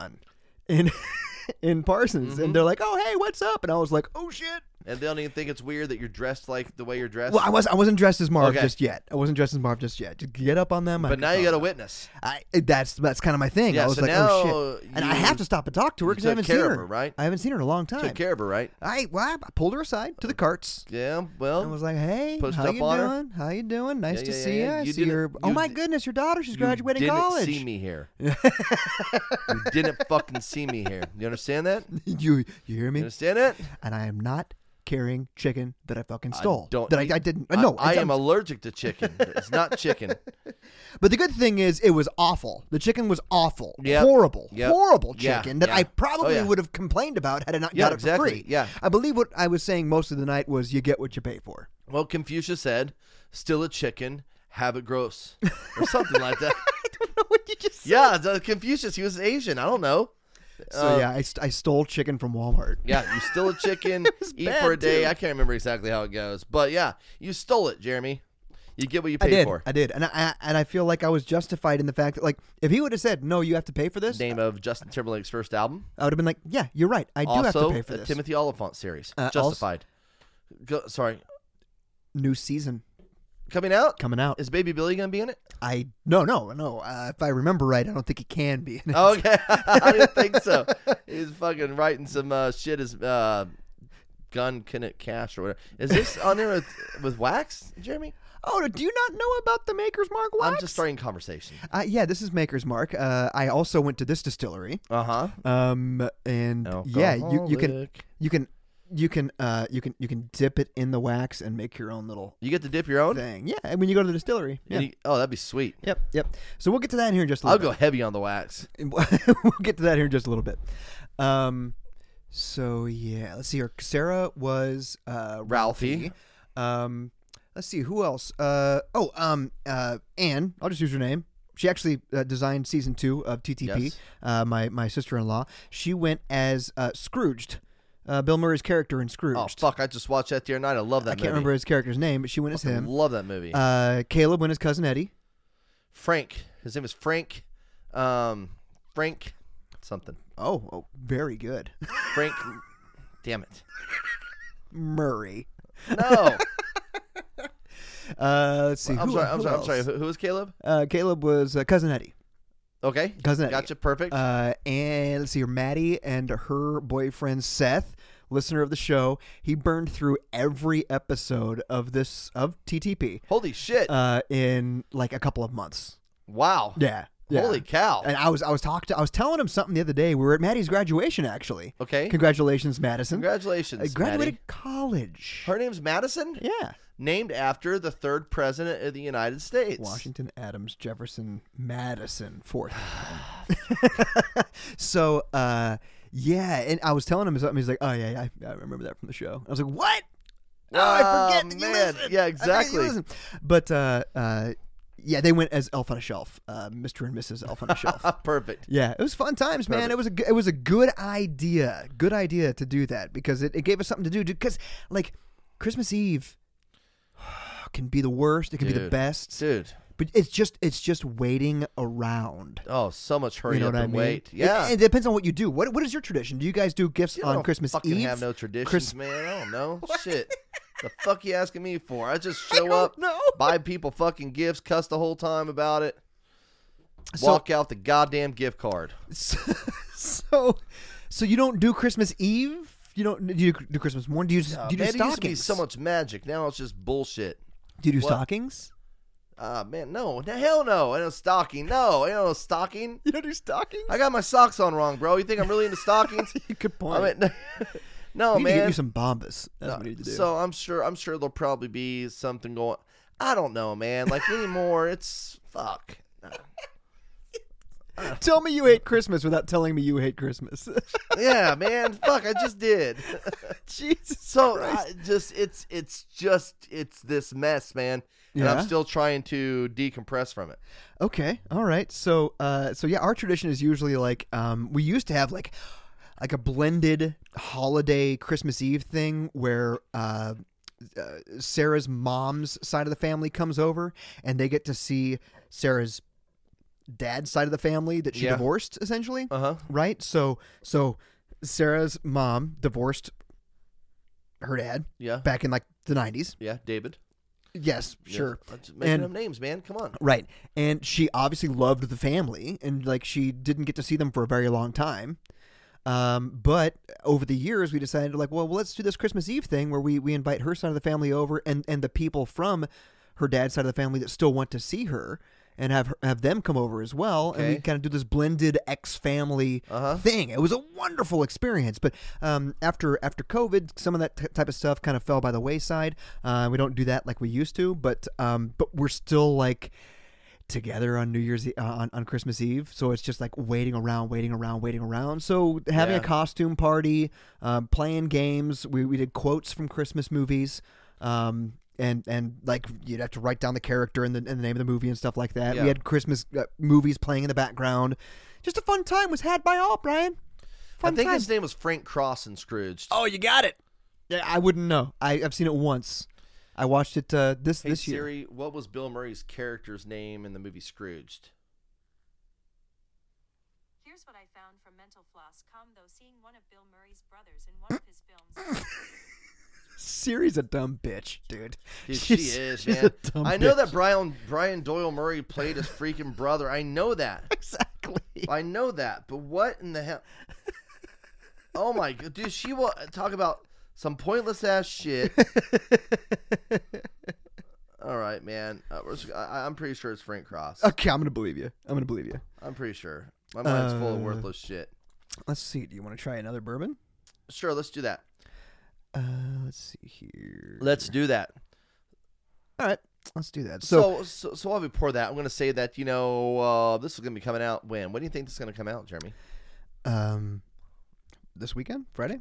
in in Parsons,
Mm-hmm.
and they're like, "Oh, hey, what's up?" And I was like, "Oh shit."
And they don't even think it's weird that you're dressed like the way you're dressed.
Well, I was I wasn't dressed as Marv
Okay.
just yet. I wasn't dressed as Marv just yet. Just get up on them.
but now you got a witness.
I, that's that's kind of my thing.
Yeah,
I was
so
like, oh
now
shit, and I
you-
have to stop and talk to her
you
because I
took
haven't seen
care
her.
of her, right?
I haven't seen her in a long time.
Took care of her, right?
I well, I pulled her aside to the carts.
Yeah. Well,
I was like, hey,
Pushed
how
up
you
on her.
doing? How you doing? Nice
Yeah,
to
yeah, yeah,
see
yeah.
you. I
You
see
didn't-
your. Oh
you
my
di-
goodness, your daughter. She's
you
graduating
didn't
college.
see me here. you didn't fucking see me here. You understand that? You
you you hear me?
understand that?
And I am not carrying chicken that I fucking stole.
Don't.
that
eat-
I, I didn't. Uh, no,
I,
it's-
am allergic to chicken. It's not chicken.
But the good thing is, it was awful. The chicken was awful,
Yep.
horrible,
Yep.
horrible
Yeah.
chicken that
Yeah.
I probably
Oh, yeah.
would have complained about had I not
Yeah,
got it
exactly.
for free.
Yeah.
I believe what I was saying most of the night was, "You get what you pay for."
Well, Confucius said, "Still a chicken, have it gross," or something like that.
what you just?
yeah, the Confucius. He was Asian. I don't know.
So yeah, I, st- I stole chicken from Walmart.
Yeah, you steal a chicken, eat
bad,
for a day.
too.
I can't remember exactly how it goes, but yeah, you stole it, Jeremy. You get what you
I
paid
did.
for.
I did, and I- I and I feel like I was justified in the fact that, like, if he would have said, "No, you have to pay for this,"
Name of Justin Timberlake's first album.
I would have been like, "Yeah, you're right. I do have to
also,
pay for
a
this."
Timothy Oliphant series,
Uh, also-
Justified. Go, sorry,
New season
coming out.
coming out.
Is Baby Billy gonna be in it?
I no, no, no. Uh, if I remember right, I don't think he can be. in it.
Okay, I didn't think so. He's fucking writing some uh, shit. Is uh, gun connect cash or whatever? Is this on there with, with Wax, Jeremy?
Oh, do you not know about the Maker's Mark?
I'm
wax?
just starting conversation.
Uh, yeah, this is Maker's Mark. Uh, I also went to this distillery.
Uh huh.
Um, and yeah, you, you can you can you can uh you can you can dip it in the wax and make your own little
You get to dip your own.
thing. Yeah, when you go to the distillery. Yeah.
And you- oh, that'd be sweet.
Yep, yep. So we'll get to that in here in just a
I'll
little
go heavy on the wax.
bit. we'll get to that here in just a little bit. Um, so yeah, let's see here. Sarah was uh
Ralphie.
Um, let's see who else. Uh, oh, um, uh, Anne. I'll just use her name. She actually uh, designed season two of TTP.
Yes.
Uh, my my sister in law. She went as uh, Scrooged, uh, Bill Murray's character in Scrooged.
Oh fuck! I just watched that the other night. I love that.
I can't
movie.
remember his character's name, but she went as him.
Love that movie.
Uh, Caleb went as cousin Eddie.
Frank. His name is Frank. Um, Frank, something.
Oh, oh very good,
Frank. damn it.
Murray.
No.
Uh, let's see.
I'm
who-
sorry. I'm
who
sorry. I'm
else?
sorry. Who, who was Caleb?
Uh, Caleb was uh, cousin Eddie.
Okay.
Cousin Eddie.
Gotcha. Perfect.
Uh, and let's see here, Maddie and her boyfriend Seth, listener of the show, he burned through every episode of this of TTP
Holy shit!
uh, in like a couple of months.
wow.
Yeah. yeah.
Holy cow.
And I was I was talking I was telling him something the other day. We were at Maddie's graduation actually.
Okay.
Congratulations, Madison.
Congratulations.
I graduated
Maddie.
college.
Her name's Madison,
yeah.
named after the third president of the United States.
Washington, Adams, Jefferson, Madison, fourth. so, uh, yeah, and I was telling him something. He's like, "Oh yeah, yeah, I, I remember that from the show." I was like, "What? Oh, I
Oh,
forget that you
man.
listen.
Yeah,
I forget that you
exactly.
listen." But uh, uh, yeah, they went as Elf on a Shelf, uh, Mister and Mrs. Elf on a Shelf.
Ah, Perfect.
Yeah, it was fun times, man. It was a g- it was a good idea, good idea to do that because it, it gave us something to do. Because like Christmas Eve can be the worst, it can be the
Dude.
best
Dude.
but it's just it's just waiting around.
Oh, so much hurry
You know
up
what I
and
mean?
wait. Yeah.
it, it depends on what you do. What what is your tradition? Do you guys do gifts
You
on
don't
Christmas
fucking
Eve?
have no traditions,
Christ-
man. I don't know. Shit. The fuck you asking me for? I just show
don't
up,
know.
buy people fucking gifts, cuss the whole time about it,
So-
walk out the goddamn gift card.
so, so so you don't do Christmas Eve. You don't do you do Christmas morning. Do you just do you do
Uh, man, it used to be
stockings?
so much magic. Now it's just bullshit.
do you do
What?
stockings?
Ah, man, no, the hell no. Ain't no stocking. No, ain't no stocking.
You don't do stockings.
I got my socks on wrong, bro. You think I'm really into stockings?
Good point.
I mean, no,
you need
man.
to get you some Bombas. That's what you need to do.
so I'm sure I'm sure there'll probably be something going. I don't know, man. Like anymore, it's fuck.
Tell me you hate Christmas without telling me you hate Christmas.
Yeah, man. fuck, I just did.
Jesus.
So I just it's it's just it's this mess, man. And
Yeah.
I'm still trying to decompress from it.
Okay. All right. So, uh, so yeah, our tradition is usually like um, we used to have like like a blended holiday Christmas Eve thing where. Uh, uh, Sarah's mom's side of the family comes over, and they get to see Sarah's dad's side of the family that she
Yeah.
divorced, essentially.
Uh huh.
right? So so Sarah's mom divorced her dad
Yeah.
back in like the 90s.
Yeah, David.
Yes,
Yeah.
sure.
I'm just making
And-
up names, man. Come on.
Right. And she obviously loved the family and like she didn't get to see them for a very long time. Um, but over the years we decided like, well, let's do this Christmas Eve thing where we, we invite her side of the family over and, and the people from her dad's side of the family that still want to see her and have her, have them come over as well. And we
Okay.
kind of do this blended ex family thing. It was a wonderful experience. But um, after after COVID, some of that t- type of stuff kind of fell by the wayside. Uh, we don't do that like we used to, but um, but we're still like together on New Year's E- uh, on, on Christmas Eve. So it's just like waiting around, waiting around, waiting around. So having a
Yeah.
costume party, um, playing games. We, we did quotes from Christmas movies. Um, and, and like you'd have to write down the character and the, and the name of the movie and stuff like that.
Yeah.
We had Christmas uh, movies playing in the background. Just a fun time was had by all, Brian. Fun
I think
time.
his name was Frank Cross and Scrooge.
oh, you got it. Yeah, I wouldn't know. I, I've seen it once. I watched it uh, this
hey
this year.
Siri, what was Bill Murray's character's name in the movie Scrooged?
Here's what I found from Mental Floss com though seeing one of Bill Murray's brothers in one of his films.
Siri's a dumb bitch, dude.
Dude,
She's-
she is,
she's
man.
a dumb
I know
bitch.
that Brian Brian Doyle Murray played his freaking brother. I know that.
exactly.
I know that. But what in the hell? Oh my god, dude! She will talk about some pointless ass shit. All right, man. Uh, we're just- I, I'm pretty sure it's Frank Cross.
Okay, I'm gonna believe you. I'm gonna believe you.
I'm pretty sure. My mind's full of
Uh,
worthless shit.
Let's see. Do you want to try another bourbon?
Sure, let's do that.
Uh, let's see here.
Let's do that.
All right, let's do that.
So,
So,
so, so while we pour that, I'm going to say that you know uh, this is going to be coming out when? When do you think this is going to come out, Jeremy?
um, this weekend, Friday.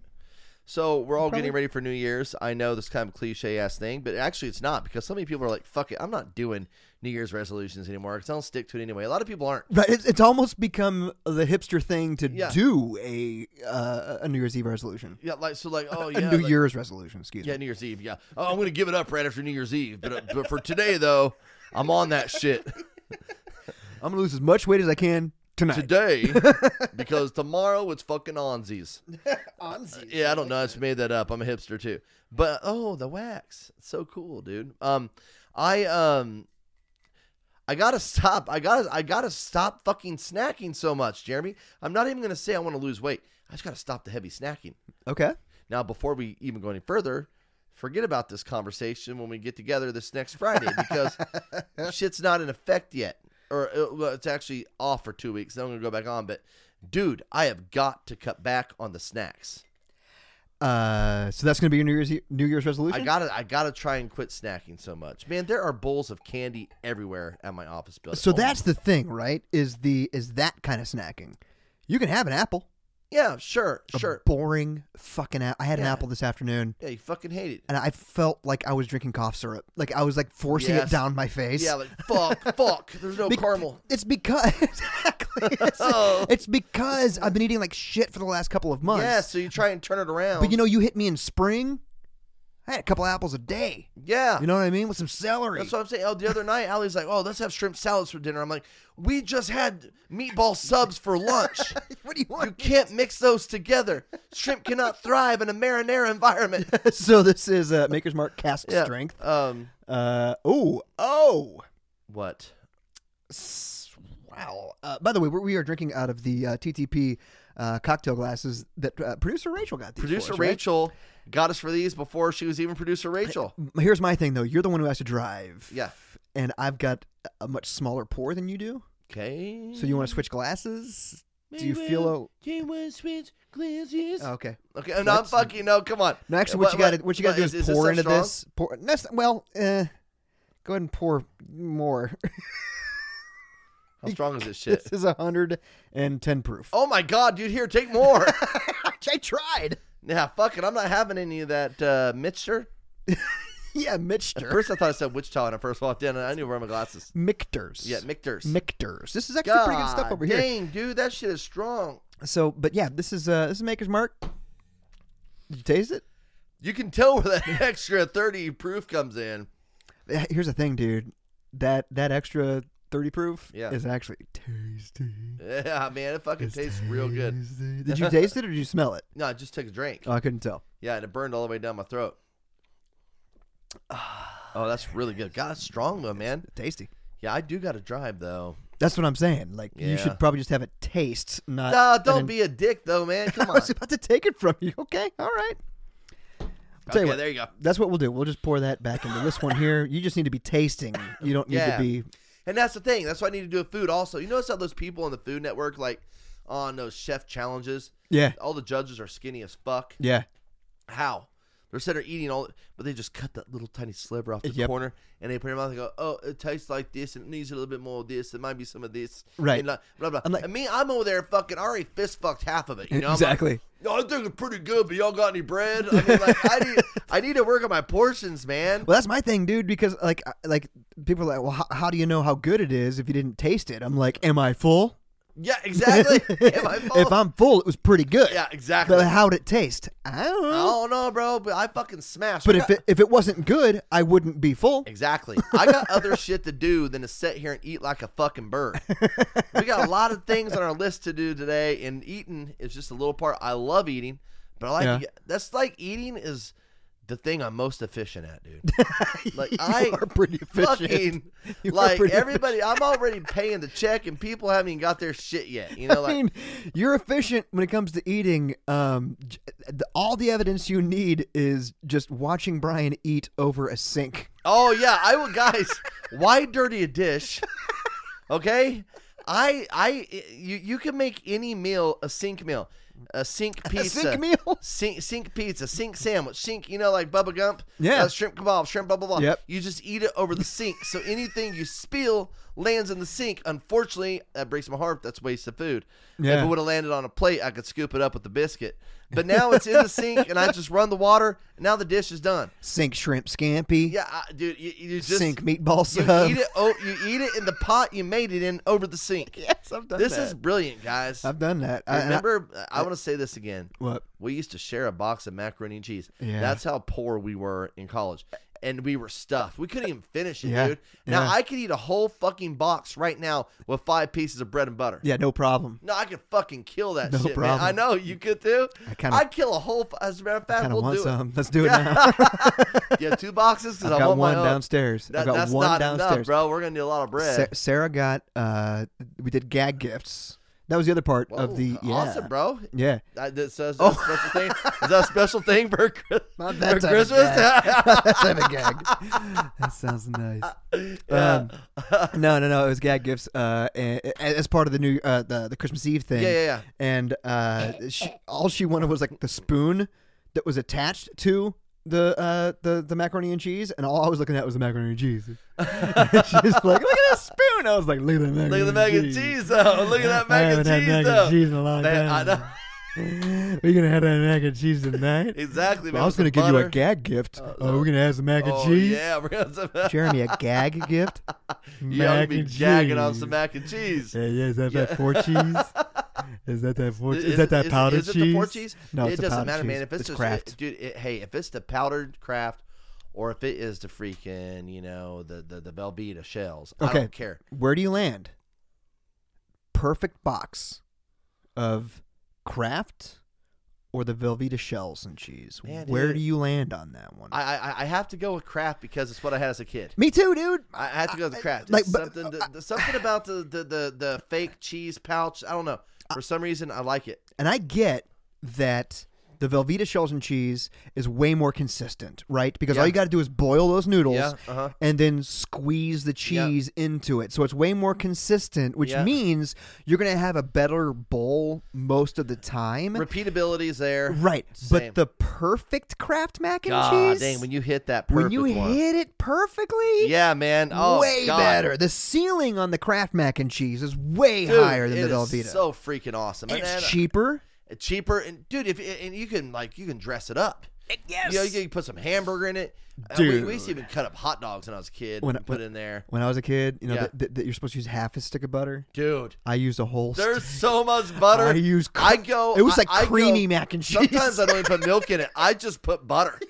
So we're all
Probably-
getting ready for New Year's. I know this kind of cliche ass thing, but actually it's not because so many people are like, "Fuck it, I'm not doing New Year's resolutions anymore because I don't stick to it anyway." A lot of people aren't.
Right. It's, it's almost become the hipster thing to
Yeah.
do a uh, a New Year's Eve resolution,
Yeah, like so, like oh
a
yeah,
New
like-
Year's resolution. Excuse
yeah,
me.
New Year's Eve, yeah. Oh, I'm going to give it up right after New Year's Eve, but uh, but for today though, I'm on that shit
I'm gonna lose as much weight as I can tonight.
today because tomorrow it's fucking onzies. Yeah, I don't know. I just made that up. I'm a hipster too. But oh, the wax. So cool, dude. Um I um I gotta stop. I gotta I gotta stop fucking snacking so much, Jeremy. I'm not even gonna say I wanna lose weight. I just gotta stop the heavy snacking.
Okay.
Now before we even go any further, forget about this conversation when we get together this next Friday because shit's not in effect yet. Or uh, well, it's actually off for two weeks. Then I'm gonna go back on. But dude, I have got to cut back on the snacks.
Uh, so that's gonna be your New Year's E- New Year's resolution.
I gotta, I gotta try and quit snacking so much, man. There are bowls of candy everywhere at my office building.
So
Oh,
that's the thing, right? Is the is that kind of snacking? You can have an apple.
yeah, sure,
A
sure.
boring fucking apple. I had an
Yeah.
apple this afternoon,
Yeah, you fucking hate it.
and I felt like I was drinking cough syrup. Like I was like forcing
Yes.
it down my face.
Yeah, like fuck, fuck. There's no
Be-
caramel.
It's because exactly. It's,
Oh.
it's because I've been eating like shit for the last couple of months.
Yeah, so you try and turn it around.
But you know, you hit me in spring. I had a couple apples a day.
yeah,
You know what I mean? With some celery.
Ah. that's what I'm saying. Oh, the other night, Allie's like, "Oh, let's have shrimp salads for dinner." I'm like, "We just had meatball subs for lunch.
What do you
you
want?
can't mix those together. Shrimp cannot thrive in a marinara environment."
so this is uh, Maker's Mark cask
Yeah.
strength.
Um,
Uh, oh, oh.
what?
S- Wow. Uh, by the way, we're, we are drinking out of the uh, TTP uh, cocktail glasses that uh, producer Rachel got. These for
Producer
us, right?
Rachel got us for these before she was even producer Rachel.
M- Here's my thing, though. You're the one who has to drive.
Yeah.
And I've got a- a much smaller pour than you do.
Okay.
So you want to switch glasses? Do you feel a. Oh, okay.
Okay, no, I'm
Flex?
fucking no. Come on.
No, actually, what, you got to what you got to do is,
is
pour
so
into
strong?
this. Pour. That's, well, eh, Go ahead and pour more.
How strong is this shit?
this is 110 proof.
Oh my god, dude! Here, take more.
I tried.
yeah, fuck it. I'm not having any of that uh, mixture.
Yeah,
At
Michter.
first, I thought I said Wichita when I first walked in, and I knew where my glasses.
Mictors.
Yeah, Michters.
Mictors. This is actually
God,
pretty good stuff over here.
Dang, dude, that shit is strong.
So, but yeah, this is uh, this is Maker's Mark. Did you taste it?
You can tell where that extra 30 proof comes in.
Eh, Here's the thing, dude. That that extra 30 proof
Yeah.
is actually tasty.
Yeah, man, it fucking tastes real good.
Tasty. Did you taste it or did you smell it?
No, I just took a drink.
Oh, I couldn't tell.
Yeah, and it burned all the way down my throat. Oh, that's really good. God, it's strong though, man.
Tasty.
Yeah, I do got to drive though.
That's what I'm saying. Like
Yeah.
you should probably just have it taste, not.
No,
an
don't
en-
be a dick though, man. Come
I
on.
was about to take it from you. Okay, all right. I'll tell
Okay,
what,
there you go.
That's what we'll do. We'll just pour that back into this one here. You just need to be tasting. You don't need
Yeah.
to be.
And that's the thing. That's what I need to do with food. Also, you notice how those people on the Food Network, like on those chef challenges,
Yeah.
all the judges are skinny as fuck.
Yeah.
How? They're sitting there eating all, but they just cut that little tiny sliver off the
Yep.
corner and they put it in their mouth and go, "Oh, it tastes like this, and it needs a little bit more of this. It might be some of this."
Right.
And like, blah blah.
I'm like-
and me, I'm over there fucking already fist fucked half of it. You know I'm like,
Exactly.
No, I think it's pretty good, but y'all got any bread? I mean, like, I need, I need to work on my portions, man.
Well, that's my thing, dude. Because like, I- like people are like, well, how, how do you know how good it is if you didn't taste it? I'm like, am I full?
Yeah, exactly. Am I full?
If I'm full, it was pretty good.
Yeah, exactly.
But how'd it taste? I don't know.
I don't know, bro, but I fucking smashed.
But
I
if
got-
it, if it wasn't good, I wouldn't be full.
Exactly. I got other shit to do than to sit here and eat like a fucking bird. we got a lot of things on our list to do today, and eating is just a little part. I love eating, but I like
Yeah.
to get- that's like eating is the thing I'm most efficient at, dude. Like I
are pretty efficient.
Fucking,
You are
like
pretty
everybody, I'm already paying the check, and people haven't even got their shit yet. You know, like
I mean, you're efficient when it comes to eating. Um, j- the, all the evidence you need is just watching Brian eat over a sink.
Oh yeah, I will, guys. why dirty a dish? Okay, I I you you can make any meal a sink meal, a sink pizza,
sink meal?
sink sink pizza, sink sandwich, sink. You know, like Bubba Gump.
Yeah.
uh, shrimp kebab, shrimp blah blah blah.
Yep.
You just eat it over the sink, so anything you spill lands in the sink. Unfortunately, that breaks my heart. That's a waste of food. If
Yeah.
it would have landed on a plate, I could scoop it up with the biscuit. But now it's in the sink, and I just run the water. And now the dish is done.
Sink shrimp scampi.
Yeah, I, dude, you, you just
sink meatball
you
sub.
eat it. Oh, you eat it in the pot you made it in over the sink.
Yes, I've done
this
that.
is brilliant, guys.
I've done that. I- and I-
Remember, I, want to say this again.
What?
We used to share a box of macaroni and cheese.
Yeah.
That's how poor we were in college, and we were stuffed. We couldn't even finish it,
Yeah,
dude. Now
yeah.
I could eat a whole fucking box right now with five pieces of bread and butter.
yeah, no problem.
No, I could fucking kill that
No
shit,
problem.
man. I know you could too.
I kinda-
I'd kill a whole. As a matter of fact,
Kind of
we'll
want
do
some. Let's do it
Yeah.
now.
it. Yeah, two boxes because
I've
I
got
want
one
my own.
downstairs.
That-
I've got
that's
one
not
downstairs,
enough, bro. We're gonna need a lot of bread.
Sa- Sarah got. Uh, we did gag gifts. That was the other part
Whoa,
of the. Yeah.
Oh,
Oh.
awesome, bro.
Yeah.
I, that, so is that a special thing? Is that a special thing for, Chris-
Not that
for
type of
Christmas?
Let's have a gag. that sounds nice. Um, no, no, no. It was gag gifts uh, a- a- as part of the new uh, the the Christmas Eve thing.
Yeah, yeah, yeah.
And uh, she, all she wanted was like the spoon that was attached to the uh, the the macaroni and cheese, and all I was looking at was the macaroni and cheese. She's like, "Look at that spoon!" I was like, "Look at that macaroni,
look at the mac and cheese, though. Look at that
I
mac and
haven't had
cheese,
mac
though.
and cheese in a long
Man, I
time.
know.
We're gonna have that mac and cheese tonight.
Exactly, man,
I was
with the
gonna give you a
butter.
gag gift. Oh, we're gonna have some mac and
Oh,
cheese.
yeah. We're gonna have some,
Jeremy, a gag gift.
yeah, I'm gonna be gagging on some mac and cheese.
Yeah, yeah, is that that four cheese? Is that that four? Is,
Is
that
it-
that
is it-
powdered
is it
cheese?
the four cheese?
No,
it
it's the
doesn't
powdered
matter,
cheese.
man. If it's, just
craft,
dude, it, hey, if it's the powdered craft, or if it is the freaking, you know, the the the Velveeta shells, I
Okay.
don't care.
where do you land? Perfect box of craft or the Velveeta shells and cheese.
Man,
where
dude.
do you land on that one?
I, I I have to go with craft because it's what I had as a kid.
Me too, dude.
I I have to go with the craft.
like,
It's
but- uh,
something, the, the- something about the, the, the, the
Uh,
fake cheese pouch. I don't know. For some reason, I like it.
And I get that the Velveeta shells and cheese is way more consistent, right? Because all
Yeah.
you got to do is boil those noodles
Yeah, uh-huh.
and then squeeze the cheese into it. So it's way more consistent, which
Yeah.
means you're going to have a better bowl most of the time.
Repeatability is there.
Right,
Same.
but the perfect Kraft mac and
God
cheese.
dang, when you hit that
when
perfect
you
one.
hit it perfectly,
yeah, man. Oh,
way
God.
better. The ceiling on the Kraft mac and cheese is way
Dude,
higher than
it is
the Velveeta.
So freaking awesome.
and
and,
it's
and,
cheaper.
uh, cheaper, and dude, if and you can like you can dress it up.
Yes.
You know, you can put some hamburger in it. Uh, we, we used to
Dude.
even cut up hot dogs when I was a kid
When-
and put
when-
in there.
When I was a kid, you know
Yeah.
that that- that you're supposed to use half a stick of butter.
Dude,
I used a whole. stick.
there's so much butter.
I use cr-
I go.
it was
I-
like
I go-
creamy mac and cheese.
Sometimes I don't even put milk in it. I just put butter,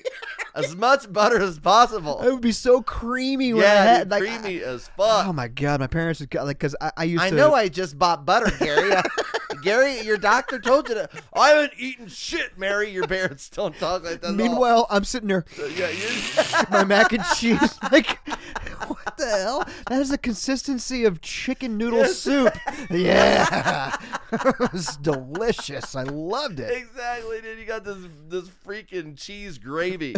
as much butter as
it
possible.
would be so creamy. When I
Yeah,
had,
dude,
like,
creamy as
I-
fuck.
oh my god, my parents would go- like because I, I used
I
to.
know I just bought butter, Gary. I- Gary, your doctor told you to. I haven't eaten shit, Mary. Your parents don't talk like that. at all.
Meanwhile, I'm sitting there.
yeah, you're,
my mac and cheese. Like, what the hell? That is the consistency of chicken noodle soup. Yeah. it was delicious. I loved it.
exactly, dude. You got this this freaking cheese gravy.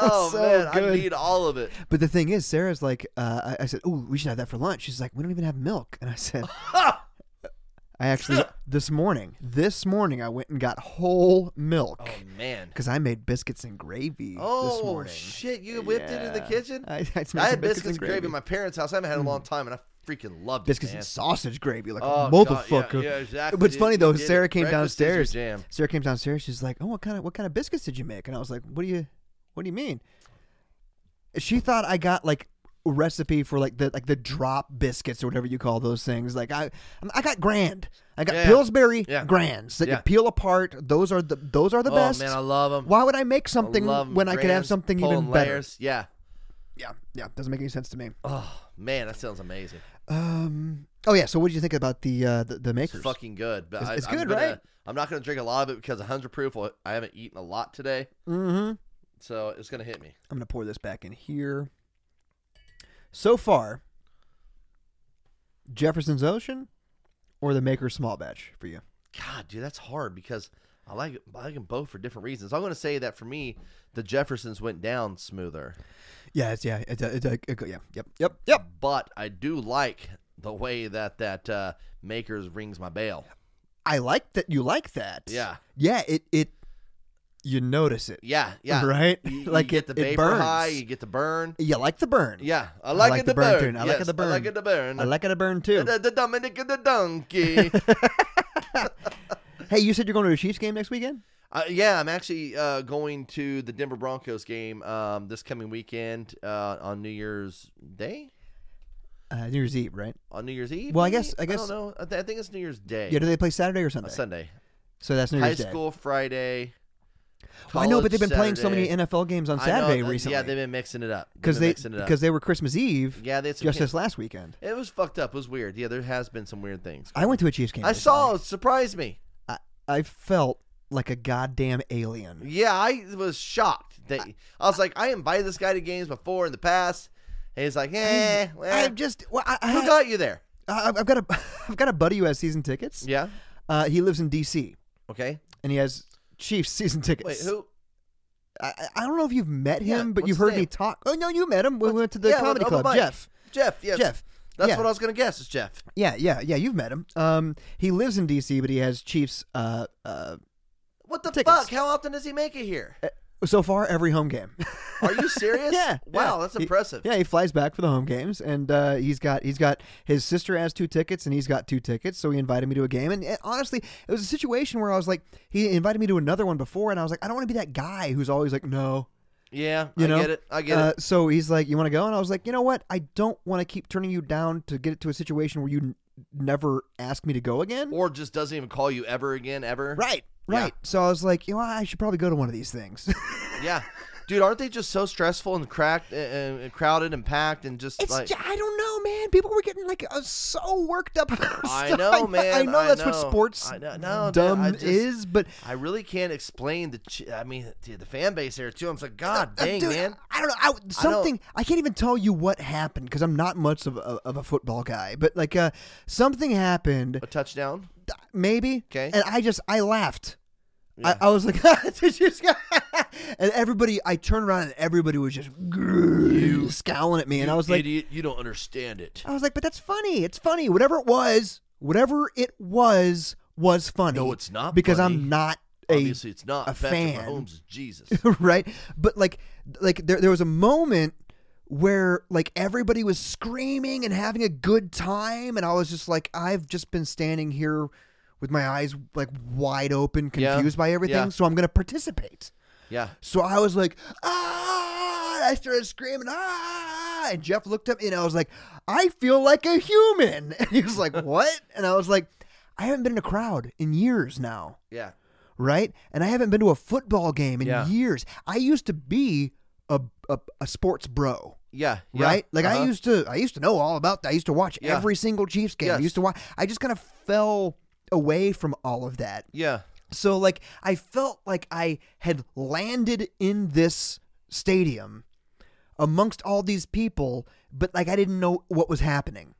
Oh
So
man, I
good.
need all of it.
But the thing is, Sarah's like, uh, I, I said, oh, we should have that for lunch. She's like, we don't even have milk. And I said, I actually, this morning, this morning, I went and got whole milk
Oh man.
because I made biscuits and gravy this
Oh
morning.
shit, you whipped it in the
Yeah.
kitchen.
I, I, made some
I had
biscuits
biscuits and gravy in my parents' house. I haven't had it in a long time, and I freaking loved
biscuits
it. Man.
and sausage gravy, like
Oh,
a
God, yeah,
motherfucker.
yeah, exactly,
But it's
dude.
funny
You
though.
did it.
Sarah came
Breakfast is your
downstairs.
jam.
Sarah came downstairs. She's like, "Oh, what kind of what kind of biscuits did you make?" And I was like, "What do you, what do you mean?" She thought I got like a recipe for like the like the drop biscuits or whatever you call those things. Like I, I got grand. I got
Yeah, yeah.
Pillsbury
Yeah.
grands that
Yeah.
you peel apart. Those are the those are the
oh
best.
man, I love them.
Why would I make something when I could have something even better?
better? Yeah.
Yeah, yeah, doesn't make any sense to me.
Oh man, that sounds amazing.
Um. Oh yeah. So what did you think about the uh, the, the makers?
It's fucking good. But
It's-
I,
it's
I'm
good,
gonna,
right?
I'm not gonna drink a lot of it because 100 proof. well, I haven't eaten a lot today,
Mm-hmm.
so it's gonna hit me.
I'm gonna pour this back in here. So far, Jefferson's Ocean or the Maker Small Batch for you.
God, dude, that's hard because I like I like them both for different reasons. I'm gonna say that for me, the Jeffersons went down smoother,
Yeah, it's yeah, it's, it's,
uh,
it's, it's yeah, yep, yep, yep.
but I do like the way that that uh, Makers rings my bell.
I like that you like that.
Yeah.
yeah. It it you notice it.
Yeah, yeah,
Right?
You, you
Like
get
it-
the
it
vapor
burns.
high, you get the burn.
You like the burn.
Yeah, I
I
like,
like
it
the
to
burn.
burn.
too. I like it
Yes,
the burn.
I like it to burn.
I like it to burn too.
the, the Dominic and the donkey.
Hey, you said you're going to a Chiefs game next weekend.
Uh, yeah, I'm actually uh, going to the Denver Broncos game um, this coming weekend uh, on New Year's Day,
Uh, New Year's Eve, right?
on New Year's Eve.
Well, I
maybe?
guess- I guess-
don't know. I, th- I think it's New Year's Day.
Yeah. Do they play Saturday or
Uh,
Sunday?
Sunday.
So that's New
High
Year's Day.
school Friday.
Well, I know, but they've been
college
playing so many
Saturday.
NFL games on
I know,
Saturday
uh,
recently.
Yeah, they've been mixing it up They've
because
been
they
mixing it up.
because they were Christmas Eve.
Yeah, they had some
just
kid-
this last weekend.
it was fucked up. It was weird. Yeah, there has been some weird things.
I went to a Chiefs game.
I
recently.
saw. It surprised me.
I, I felt like a goddamn alien.
Yeah, I was shocked. That I, was like, I invited this guy to games before in the past, and he's like, eh. well,
I've just well, I, I,
who got you there?
I, I've got a I've got a buddy who has season tickets.
Yeah.
Uh, he lives in D.C.
Okay.
and he has Chiefs season
Wait,
tickets.
who?
I, I- I don't know if you've met
Yeah,
him, but
what's
you've
his
heard me
name?
talk. Oh no, you met him. We went to the
Yeah,
comedy
open
club.
mic.
Jeff.
Jeff. Yes.
Jeff.
That's
Yeah.
what I was gonna guess. Is Jeff?
Yeah, yeah, yeah. You've met him. Um, he lives in D.C., but he has Chiefs. Uh, uh,
What the
Tickets.
fuck? How often does he make it here?
so far every home game.
Are you serious?
yeah.
Wow,
yeah.
that's
He-
impressive.
yeah, he flies back for the home games, and uh, he's got he's got his sister has two tickets, and he's got two tickets. So he invited me to a game, and, and honestly, it was a situation where I was like, he invited me to another one before, and I was like, I don't want to be that guy who's always like, no.
Yeah,
You
I
know,
get it. I get
uh,
it.
So he's like, "You want to go?" And I was like, "You know what? I don't want to keep turning you down to get it to a situation where you n- never ask me to go again."
Or just doesn't even call you ever again, ever.
Right,
Yeah.
right. So I was like, "You know, what? I should probably go to one of these things."
Yeah, dude, aren't they just so stressful and cracked and, and crowded and packed and just
It's
like
ju- I don't know, man. People were getting like uh, so worked up. About
I
stuff.
know,
I
man.
know
I
that's what
know.
sports
I know- no, dude,
dumb
I just-
is, but
I really can't explain the. Ch- I mean, dude, the fan base there too. I'm just like, God
uh,
dang,
dude,
man.
I don't know. I, something I, can't even tell you what happened because I'm not much of a, of a football guy, but like uh, something happened,
A touchdown.
maybe.
Okay.
And I just I laughed. I, I was like, "Ah, did you sc-" and everybody, I turned around and everybody was just scowling at me, and I was like,
Idiot, you don't understand it.
I was like, but that's funny. It's funny. Whatever it was, whatever it was, was funny.
No, it's not
because
funny.
I'm not a
Obviously, it's not.
a
Patrick
fan.
Mahomes is Jesus.
right? But like, like there, there was a moment where like everybody was screaming and having a good time, and I was just like, I've just been standing here with my eyes like wide open,
Yeah.
confused by everything.
Yeah.
So I'm gonna participate.
yeah.
So I was like, ah! and I started screaming, ah! And Jeff looked up and I was like, I feel like a human. And he was like, what? And I was like, I haven't been in a crowd in years now,
Yeah.
right? And I haven't been to a football game in
Yeah.
years. I used to be a, a, a sports bro.
Yeah. yeah,
Right, like
uh-huh.
I used to, I used to know all about. that. I used to watch
Yeah.
every single Chiefs game. I
Yes.
used to watch. I just kind of fell away from all of that.
Yeah.
So like I felt like I had landed in this stadium amongst all these people, but like I didn't know what was happening.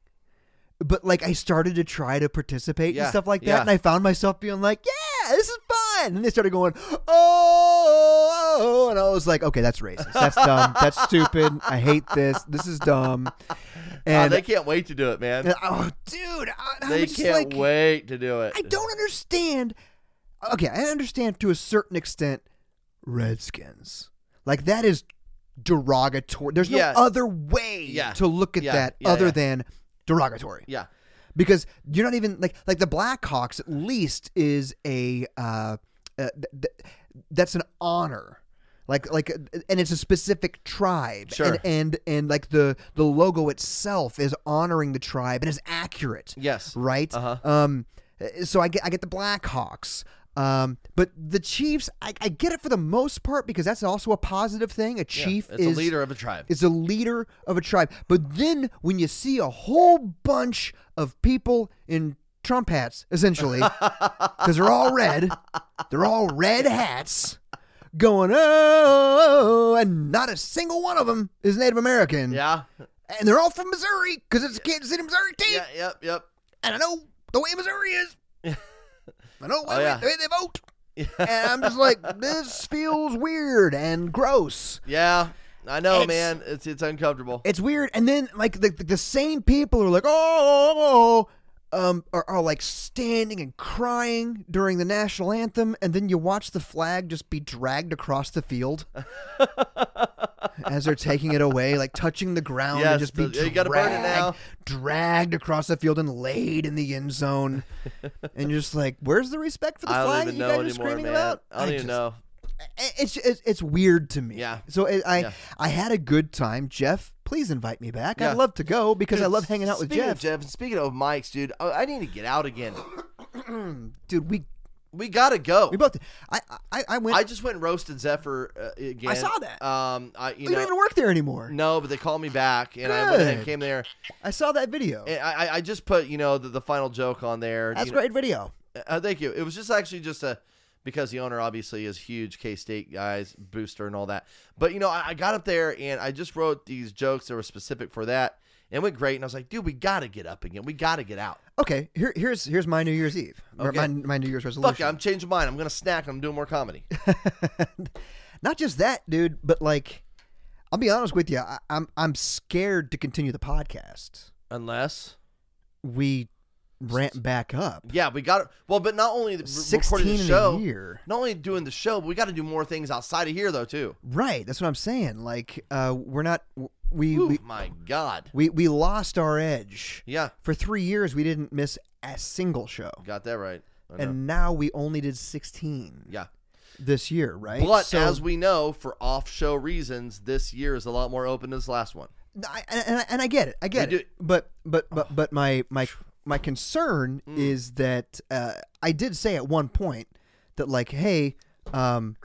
But like I started to try to participate
Yeah,
and stuff like that,
yeah.
and I found myself being like, "Yeah, this is fun." And they started going, "Oh, oh, oh," and I was like, "Okay, that's racist. That's dumb. That's stupid. I hate this. This is dumb."
Ah,
And,
they can't wait to do it, man.
and- oh, dude, I, I
they
was just
can't
like,
wait to do it.
I don't understand. Okay, I understand to a certain extent Redskins. Like that is derogatory. There's
Yeah.
no other way
Yeah.
to look at
Yeah.
that
Yeah,
other
yeah.
than derogatory.
Yeah.
Because you're not even like like the Blackhawks at least is a uh, uh th- th- that's an honor. Like, like, uh, and it's a specific tribe,
Sure.
and, and and like the the logo itself is honoring the tribe and is accurate
Yes.
right?
Uh-huh.
Um, so I get I get the Blackhawks. Um, but the Chiefs, I, I get it for the most part because that's also a positive thing. A
Yeah,
chief
it's
is
a leader of a tribe.
is a leader of a tribe. But then when you see a whole bunch of people in Trump hats, essentially, because they're all red, they're all red hats, going oh, and not a single one of them is Native American.
Yeah.
and they're all from Missouri because it's a Kansas City, Missouri team
Yeah. Yep. Yep.
and I know the way Missouri is. I know the way,
Oh, yeah.
the way they vote. and I'm just like, this feels weird and gross.
Yeah. I know,
It's-
man. It's it's uncomfortable.
It's weird. And then, like, the, the same people are like, oh, oh, oh, um, are, are like standing and crying during the national anthem. And then you watch the flag just be dragged across the field as they're taking it away, like touching the ground
Yes,
and just be
the- you
dragged,
gotta burn it now.
dragged across the field and laid in the end zone. and you're just like, where's the respect for the
I don't
flag that
even
you
know
guys are
anymore,
screaming
man.
about?
I don't even
just-
know.
it's it's, it's weird to me.
Yeah.
So it, I
Yeah.
I had a good time. Jeff, please invite me back.
Yeah.
I'd love to go because I
Dude,
love hanging out with
speaking
Jeff.
Of Jeff, and speaking of mics, dude, oh, I, I need to get out again.
Dude, we
We gotta go.
we both. I I, I went.
I just went and roasted Zephyr uh, again.
saw that.
Um, I you
you
know
don't even work there anymore.
no, but they called me back, and I went and
Good.
came there.
I saw that video.
And I, I- I just put you know the, the final joke on there.
That's
you know-
great video.
Uh, thank you. It was just actually just a because the owner obviously is huge K State guys booster and all that. But you know, I, I got up there and I just wrote these jokes that were specific for that. And it went great. And I was like, dude, we gotta get up again. We gotta get out.
Okay, here here's here's my New Year's Eve. Or
Okay.
my my New Year's resolution.
Fuck, it, I'm changing mine. I'm gonna snack. and I'm doing more comedy.
Not just that, dude, but like, I'll be honest with you. I, I'm I'm scared to continue the podcast.
Unless,
We ramp back up.
yeah, we got to Well, but not only the, re- recording
Sixteen
the
in
show,
a year.
not only doing the show, but we got to do more things outside of here though too.
Right. That's what I'm saying. Like, uh, we're not. We
Ooh,
we,
my God.
we we lost our edge.
Yeah,
For three years, we didn't miss a single show,
got that right. I know.
and now we only did 16
yeah.
this year. Right.
But
So-
as we know, for off-show reasons, this year is a lot more open than this last one.
I, and, and I, and I get it. I get
We
it. But but but but my my my concern
Mm.
is that uh, I did say at one point that like, hey, um,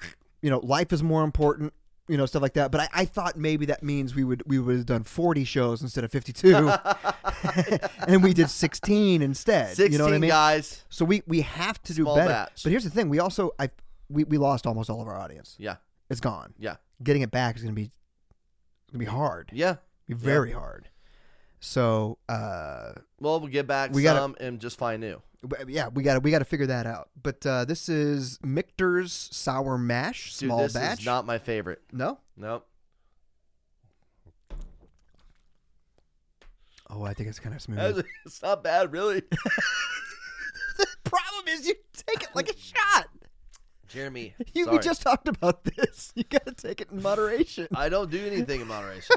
you know, life is more important. You know, stuff like that. But I, I thought maybe that means we would we would have done forty shows instead of fifty two, and we did sixteen instead.
Sixteen
you know what I mean?
guys.
So we we have to do
Small
better.
batch.
But here's the thing: we also I we, we lost almost all of our audience.
Yeah,
It's gone.
yeah,
Getting it back is gonna be it's gonna be hard
yeah.
be very hard. So uh,
Well, we'll get back
We gotta-
some and just find new.
w- yeah, we got to we got to figure that out. But uh, this is Michter's sour mash,
Dude,
small
this
batch.
is not my favorite.
no.
Nope.
Oh, I think it's kind of smooth.
That's- It's not bad, really.
problem is you take it like a shot.
Jeremy,
You, we
sorry.
just talked about this. You got to take it in moderation.
I don't do anything in moderation.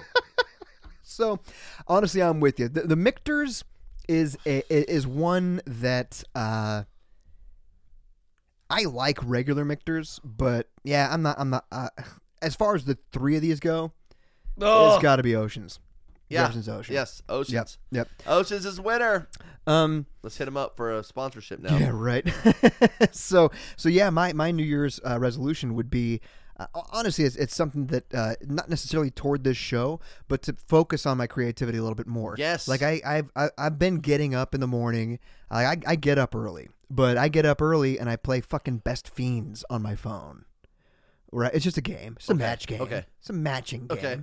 So, honestly, I'm with you. The, the Mictors is a, i- is one that uh, I like regular Mictors, but yeah, I'm not. I'm not. Uh, as far as the three of these go, it's got to be Oceans.
Oh. yeah.
Jefferson's Ocean.
Yes,
Yep.
Oceans.
Yep.
Oceans is winner.
Um.
Let's hit him up for a sponsorship now.
Yeah, right. so, so yeah, my my New Year's uh, resolution would be. Uh, honestly, it's, it's something that uh, not necessarily toward this show, but to focus on my creativity a little bit more.
Yes.
like I, I've I, I've been getting up in the morning. I, I I get up early, but I get up early and I play fucking Best Fiends on my phone. Right, it's just a game. It's a match game.
okay.
it's a matching game.
Okay.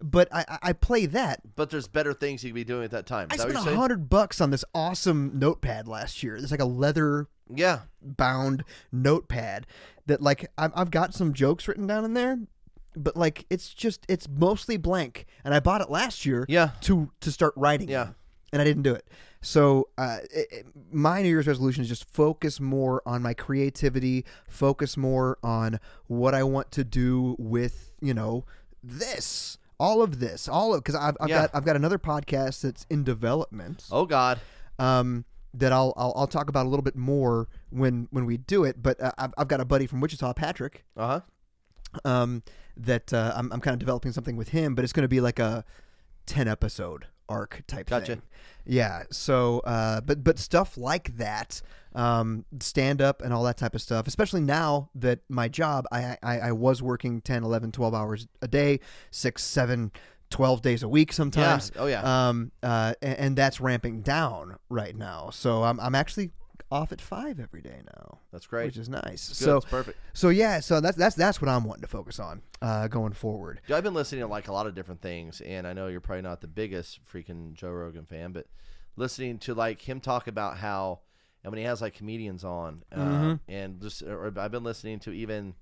But I I- I play that
But there's better things you could be doing at that time.
I
Is that
spent
what
a
you're saying?
hundred bucks on this awesome notepad last year. It's like a leather
Yeah.
bound notepad that like I've, I've got some jokes written down in there but like it's just it's mostly blank and i bought it last year
Yeah.
to to start writing
Yeah.
them, and i didn't do it so uh, it, it- my new year's resolution is just focus more on my creativity focus more on what i want to do with you know this all of this all of because i've, I've
Yeah.
got i've got another podcast that's in development
Oh God.
um, that I'll, I'll I'll talk about a little bit more when when we do it. But uh, I've, I've got a buddy from Wichita, Patrick,
Uh huh.
um, that uh, I'm I'm kind of developing something with him, but it's going to be like a ten episode arc type
Gotcha.
thing. Yeah. So, uh, but but stuff like that, um, stand up and all that type of stuff, especially now that my job, I, I, I was working 10, 11, 12 hours a day, six, seven, 12 days a week sometimes.
Oh, yeah.
Um, uh, a- and, that's ramping down right now. So I'm, I'm actually off at five every day now.
That's great.
Which is nice.
good.
So
It's perfect.
So yeah, so that's that's that's what I'm wanting to focus on uh, going forward.
Dude, I've been listening to like a lot of different things, and I know you're probably not the biggest freaking Joe Rogan fan, but listening to like him talk about how, and when he has like comedians on, uh,
Mm-hmm.
and just or I've been listening to even,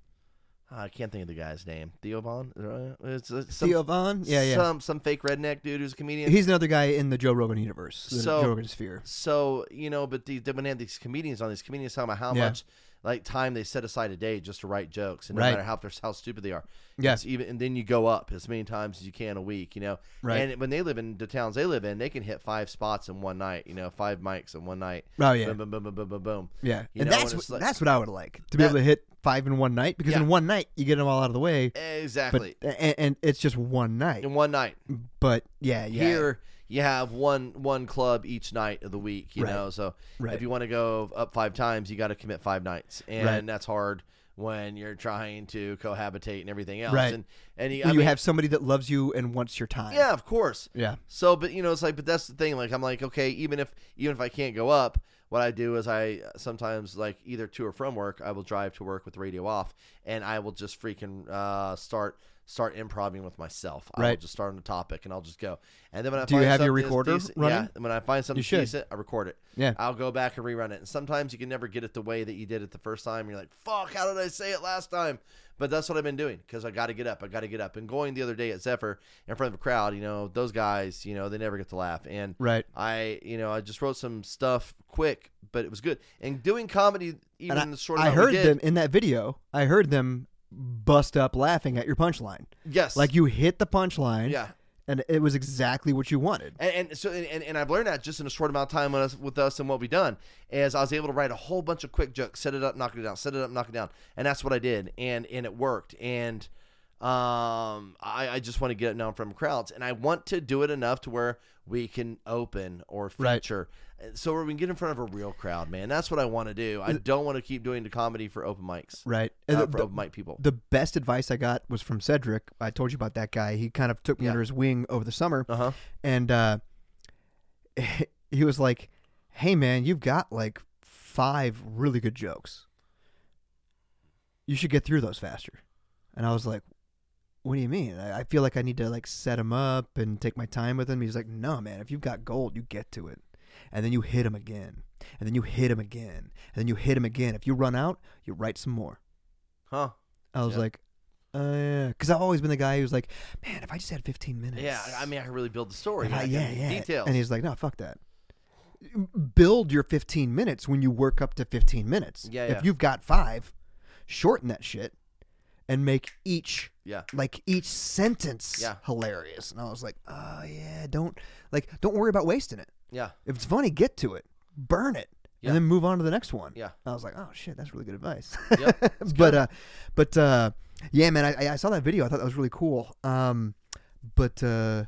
ah, I can't think of the guy's name, Theo Von, uh, it's, it's some,
Theo Von, yeah, yeah.
some some fake redneck dude who's a comedian.
He's another guy in the Joe Rogan universe, the
So-
Joe Rogan sphere.
so you know, but the, the, when they have these comedians on, these comedians talking about how
Yeah.
much like time they set aside a day just to write jokes, and no
Right.
matter how they're, how stupid they are,
Yeah.
It's even and then you go up as many times as you can a week, you know.
Right.
And when they live in the towns they live in, they can hit five spots in one night, you know, five mics in one night.
Oh, yeah.
boom, boom, boom, boom, boom, boom, boom.
Yeah,
You
and
know,
that's
and
what,
it's like-
that's what I would like to be
That-
able to hit five in one night because
Yeah.
in one night you get them all out of the way,
exactly
but and, and it's just one night.
in one night.
But yeah, yeah,
Here you have one one club each night of the week, you
Right.
know. So
Right.
if you want to go up five times, you got to commit five nights, and
Right.
that's hard when you're trying to cohabitate and everything else.
Right.
And and you,
When
I
you
mean,
have somebody that loves you and wants your time.
Yeah, of course.
Yeah.
So, but you know, it's like, but that's the thing. Like, I'm like, okay, even if even if I can't go up, what I do is I sometimes like either to or from work, I will drive to work with the radio off, and I will just freaking uh, start start improvising with myself. I will
Right.
just start on the topic, and I'll just go. And then when I
Do you
find
have your
something that's
recorder
decent,
running?
yeah, and when I find something
should.
decent, I record it.
Yeah.
I'll go back and rerun it. And sometimes you can never get it the way that you did it the first time. You're like, fuck, how did I say it last time? But that's what I've been doing because I got to get up. I got to get up. And going the other day at Zephyr in front of a crowd, you know, those guys, you know, they never get to laugh. And
Right.
I, you know, I just wrote some stuff quick, but it was good. And doing comedy, even
and
in the
I,
short
I
amount we
heard
did-
them in that video. I heard them bust up laughing at your punchline.
Yes.
like you hit the punchline.
Yeah.
and it was exactly what you wanted.
And, and so, and, and I've learned that just in a short amount of time with us, with us and what we've done, is I was able to write a whole bunch of quick jokes, set it up, knock it down, set it up, knock it down, and that's what I did, and and it worked, and um, I, I just want to get it known from crowds, and I want to do it enough to where we can open or
Right.
feature, so where we can get in front of a real crowd, man. That's what I want to do. I don't want to keep doing the comedy for open mics,
Right.
uh,
And the-
for
the-
open mic people.
the best advice I got was from Cedric. I told you about that guy. He kind of took me under his wing over the summer,
Uh-huh.
and uh, he was like, "Hey, man, you've got like five really good jokes. You should get through those faster." And I was like, what do you mean? I, I feel like I need to like set him up and take my time with him. He's like, no, man, if you've got gold, you get to it. And then you hit him again. And then you hit him again. And then you hit him again. If you run out, you write some more.
Huh?
I was
Yeah.
like, uh, yeah. Because I've always been the guy who's like, man, if I just had 15 minutes.
Yeah. I mean, I could really build the story.
And I-
I could
Uh, yeah,
do
yeah.
Details.
And he's like, no, fuck that. Build your 15 minutes when you work up to 15 minutes.
Yeah,
If
yeah.
you've got five, shorten that shit and make each
yeah.
like each sentence
Yeah.
hilarious. And I was like, oh yeah, don't like don't worry about wasting it.
Yeah.
If it's funny, get to it, burn it,
Yeah.
and then move on to the next one.
Yeah.
I was like, oh shit, that's really good advice.
Yep,
but uh, but uh, yeah, man, I, I saw that video. I thought that was really cool. Um, but uh,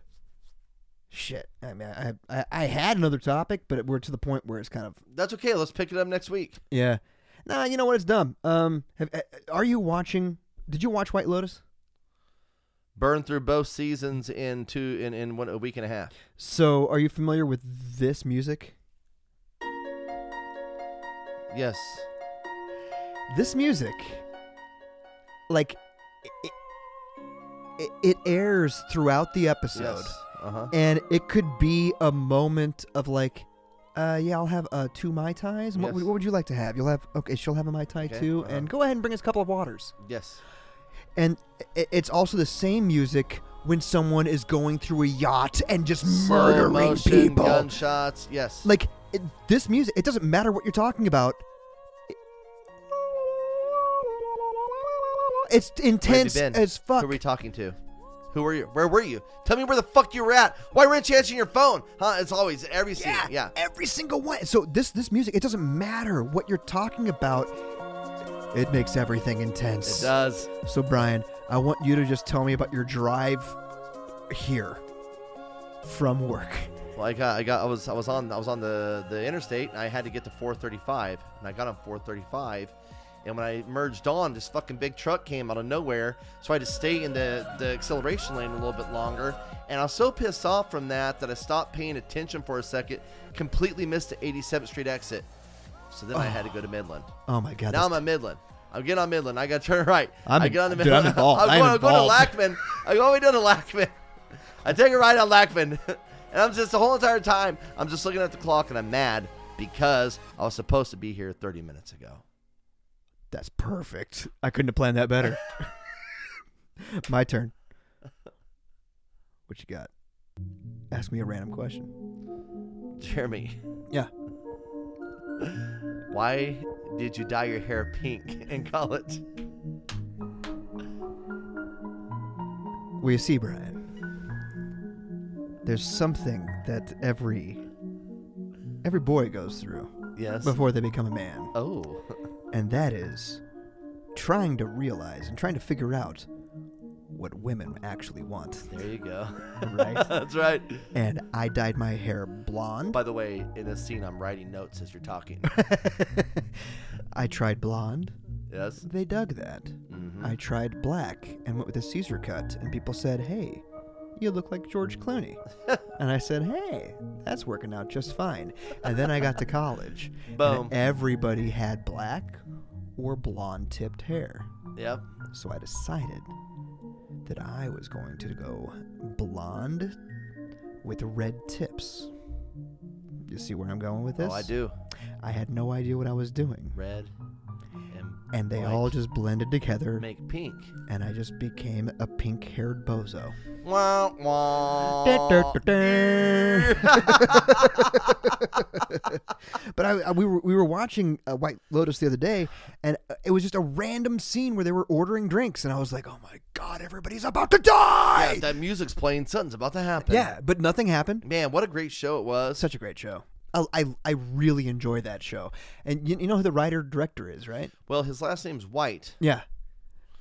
shit, I mean, I, I I had another topic, but we're to the point where it's kind of
That's okay. Let's pick it up next week.
yeah. Nah, you know what? It's dumb. Um, have, uh, are you watching? Did you watch White Lotus?
Burn through both seasons in two in in one a week and a half.
So, are you familiar with this music?
Yes.
This music, like, it, it, it airs throughout the episode,
Yes. Uh huh.
and it could be a moment of like, uh, yeah, I'll have uh, two mai tais. What,
Yes.
would, what would you like to have? You'll have okay. She'll have a mai tai
Okay,
too,
uh-huh.
and go ahead and bring us a couple of waters.
Yes.
And i- it's also the same music when someone is going through a yacht and just murdering
Slow motion,
people.
Gunshots. Yes.
like it, this music it doesn't matter what you're talking about it's intense
Where'd you been?
as fuck
Who are we talking to? Who were you? Where were you? Tell me where the fuck you were at. Why weren't you answering your phone? Huh? It's always every scene.
yeah,
Yeah.
every single one so this this music it doesn't matter what you're talking about it makes everything
It
intense
does.
so brian i want you to just tell me about your drive here from work
Well, I got, uh, I got, I was, I was on, I was on the the interstate, and I had to get to 435, and I got on 435, and when I merged on, this fucking big truck came out of nowhere, so I had to stay in the the acceleration lane a little bit longer, and I was so pissed off from that that I stopped paying attention for a second, completely missed the 87th Street exit, so then I had to go to Midland.
oh my god
Now
that's-
I'm on Midland. I'm getting on Midland. I got to turn right.
I'm
I
in-
get on the
dude,
Midland.
I'm involved.
I'm
I'm
going, I'm going to
involved.
Lackman. I'm going down to Lackman. I take a ride on Lackman, and I'm just the whole entire time. I'm just looking at the clock, and I'm mad because I was supposed to be here 30 minutes ago.
That's perfect. I couldn't have planned that better. My turn. What you got? Ask me a random question.
Jeremy,
Yeah.
why did you dye your hair pink in college?
Well, you see, Brian, there's something that every every boy goes through
Yes.
before they become a man,
Oh.
and that is trying to realize and trying to figure out what women actually want.
There you go.
Right.
That's right.
And I dyed my hair blonde.
By the way, in this scene, I'm writing notes as you're talking.
I tried blonde.
yes.
They dug that.
Mm-hmm.
I tried black and went with a Caesar cut, and people said, hey, you look like George Clooney. and I said, hey, that's working out just fine. And then I got to college. and
Boom.
everybody had black or blonde tipped hair.
Yep.
So I decided that I was going to go blonde with red tips. You see where I'm going with this?
Oh, I do.
I had no idea what I was doing.
red and,
And they
black
all just blended together.
make pink.
and I just became a pink haired bozo.
Wah, wah.
but I, I- we were we were watching uh, White Lotus the other day, and uh, it was just a random scene where they were ordering drinks, and I was like, "Oh my god, everybody's about to die!" Yeah,
that music's playing. Something's about to happen.
but nothing happened.
Man, what a great show it was.
Such a great show. I I, I really enjoy that show, and you, you know who the writer director is, right?
well, his last name's White.
Yeah,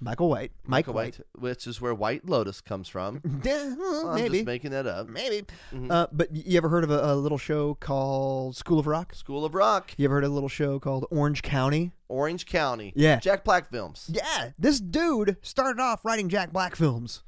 Michael White. Mike White.
which is where White Lotus comes from.
Yeah, well,
I'm
maybe.
just making that up.
Maybe.
Mm-hmm.
Uh, but you ever heard of a, a little show called School of Rock?
School of Rock,
You ever heard of a little show called Orange County?
Orange County.
Yeah.
Jack Black films.
Yeah, this dude started off writing Jack Black films.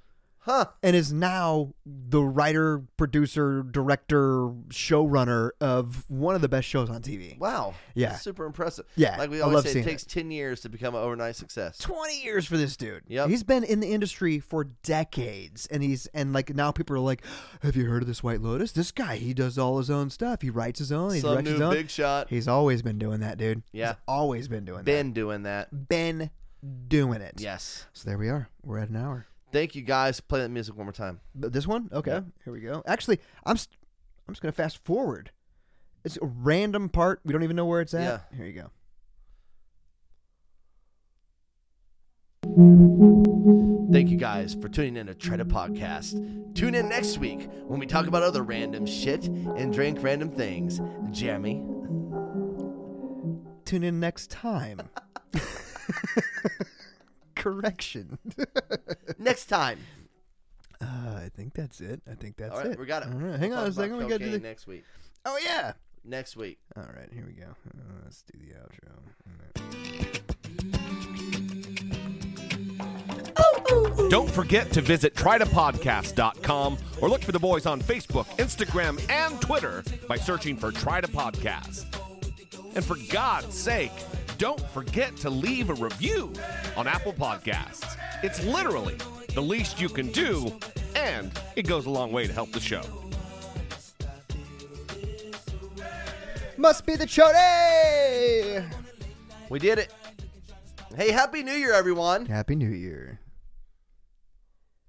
Huh.
and is now the writer, producer, director, showrunner of one of the best shows on TV.
Wow.
Yeah.
Super impressive.
Yeah,
Like we
I
always
love
say, it
seeing
takes 10 years to become an overnight success.
20 years for this dude.
Yep.
He's been in the industry for decades and he's and like now people are like, "Have you heard of this White Lotus? This guy, he does all his own stuff. He writes his own, he
Some
directs
new
his own."
big shot.
He's always been doing that, dude.
Yeah.
He's always been doing
Been doing that.
that. Been doing it.
Yes.
So there we are. We're at an hour.
Thank you guys. Play that music one more time.
But this one? Okay. Here we go. Actually, I'm st- I'm just going to fast forward. It's a random part. We don't even know where it's at. Here you go.
Thank you guys for tuning in to Tread a Podcast. Tune in next week when we talk about other random shit and drink random things. Jeremy.
Tune in next time. Correction.
Next time.
Uh, I think that's it. I think that's
All right,
it.
we got it.
All right, hang
We'll
on a
talk about
second. We got to do
cocaine
the.
next week.
Oh yeah.
Next week.
All right, here we go. Uh, let's do the outro.
Don't forget to visit trytopodcast.com or look for the boys on Facebook, Instagram, and Twitter by searching for Try to Podcast. And for God's sake, don't forget to leave a review on Apple Podcasts. It's literally the least you can do, and it goes a long way to help the show.
Must be the Chode.
We did it. Hey, Happy New Year, everyone.
Happy New Year.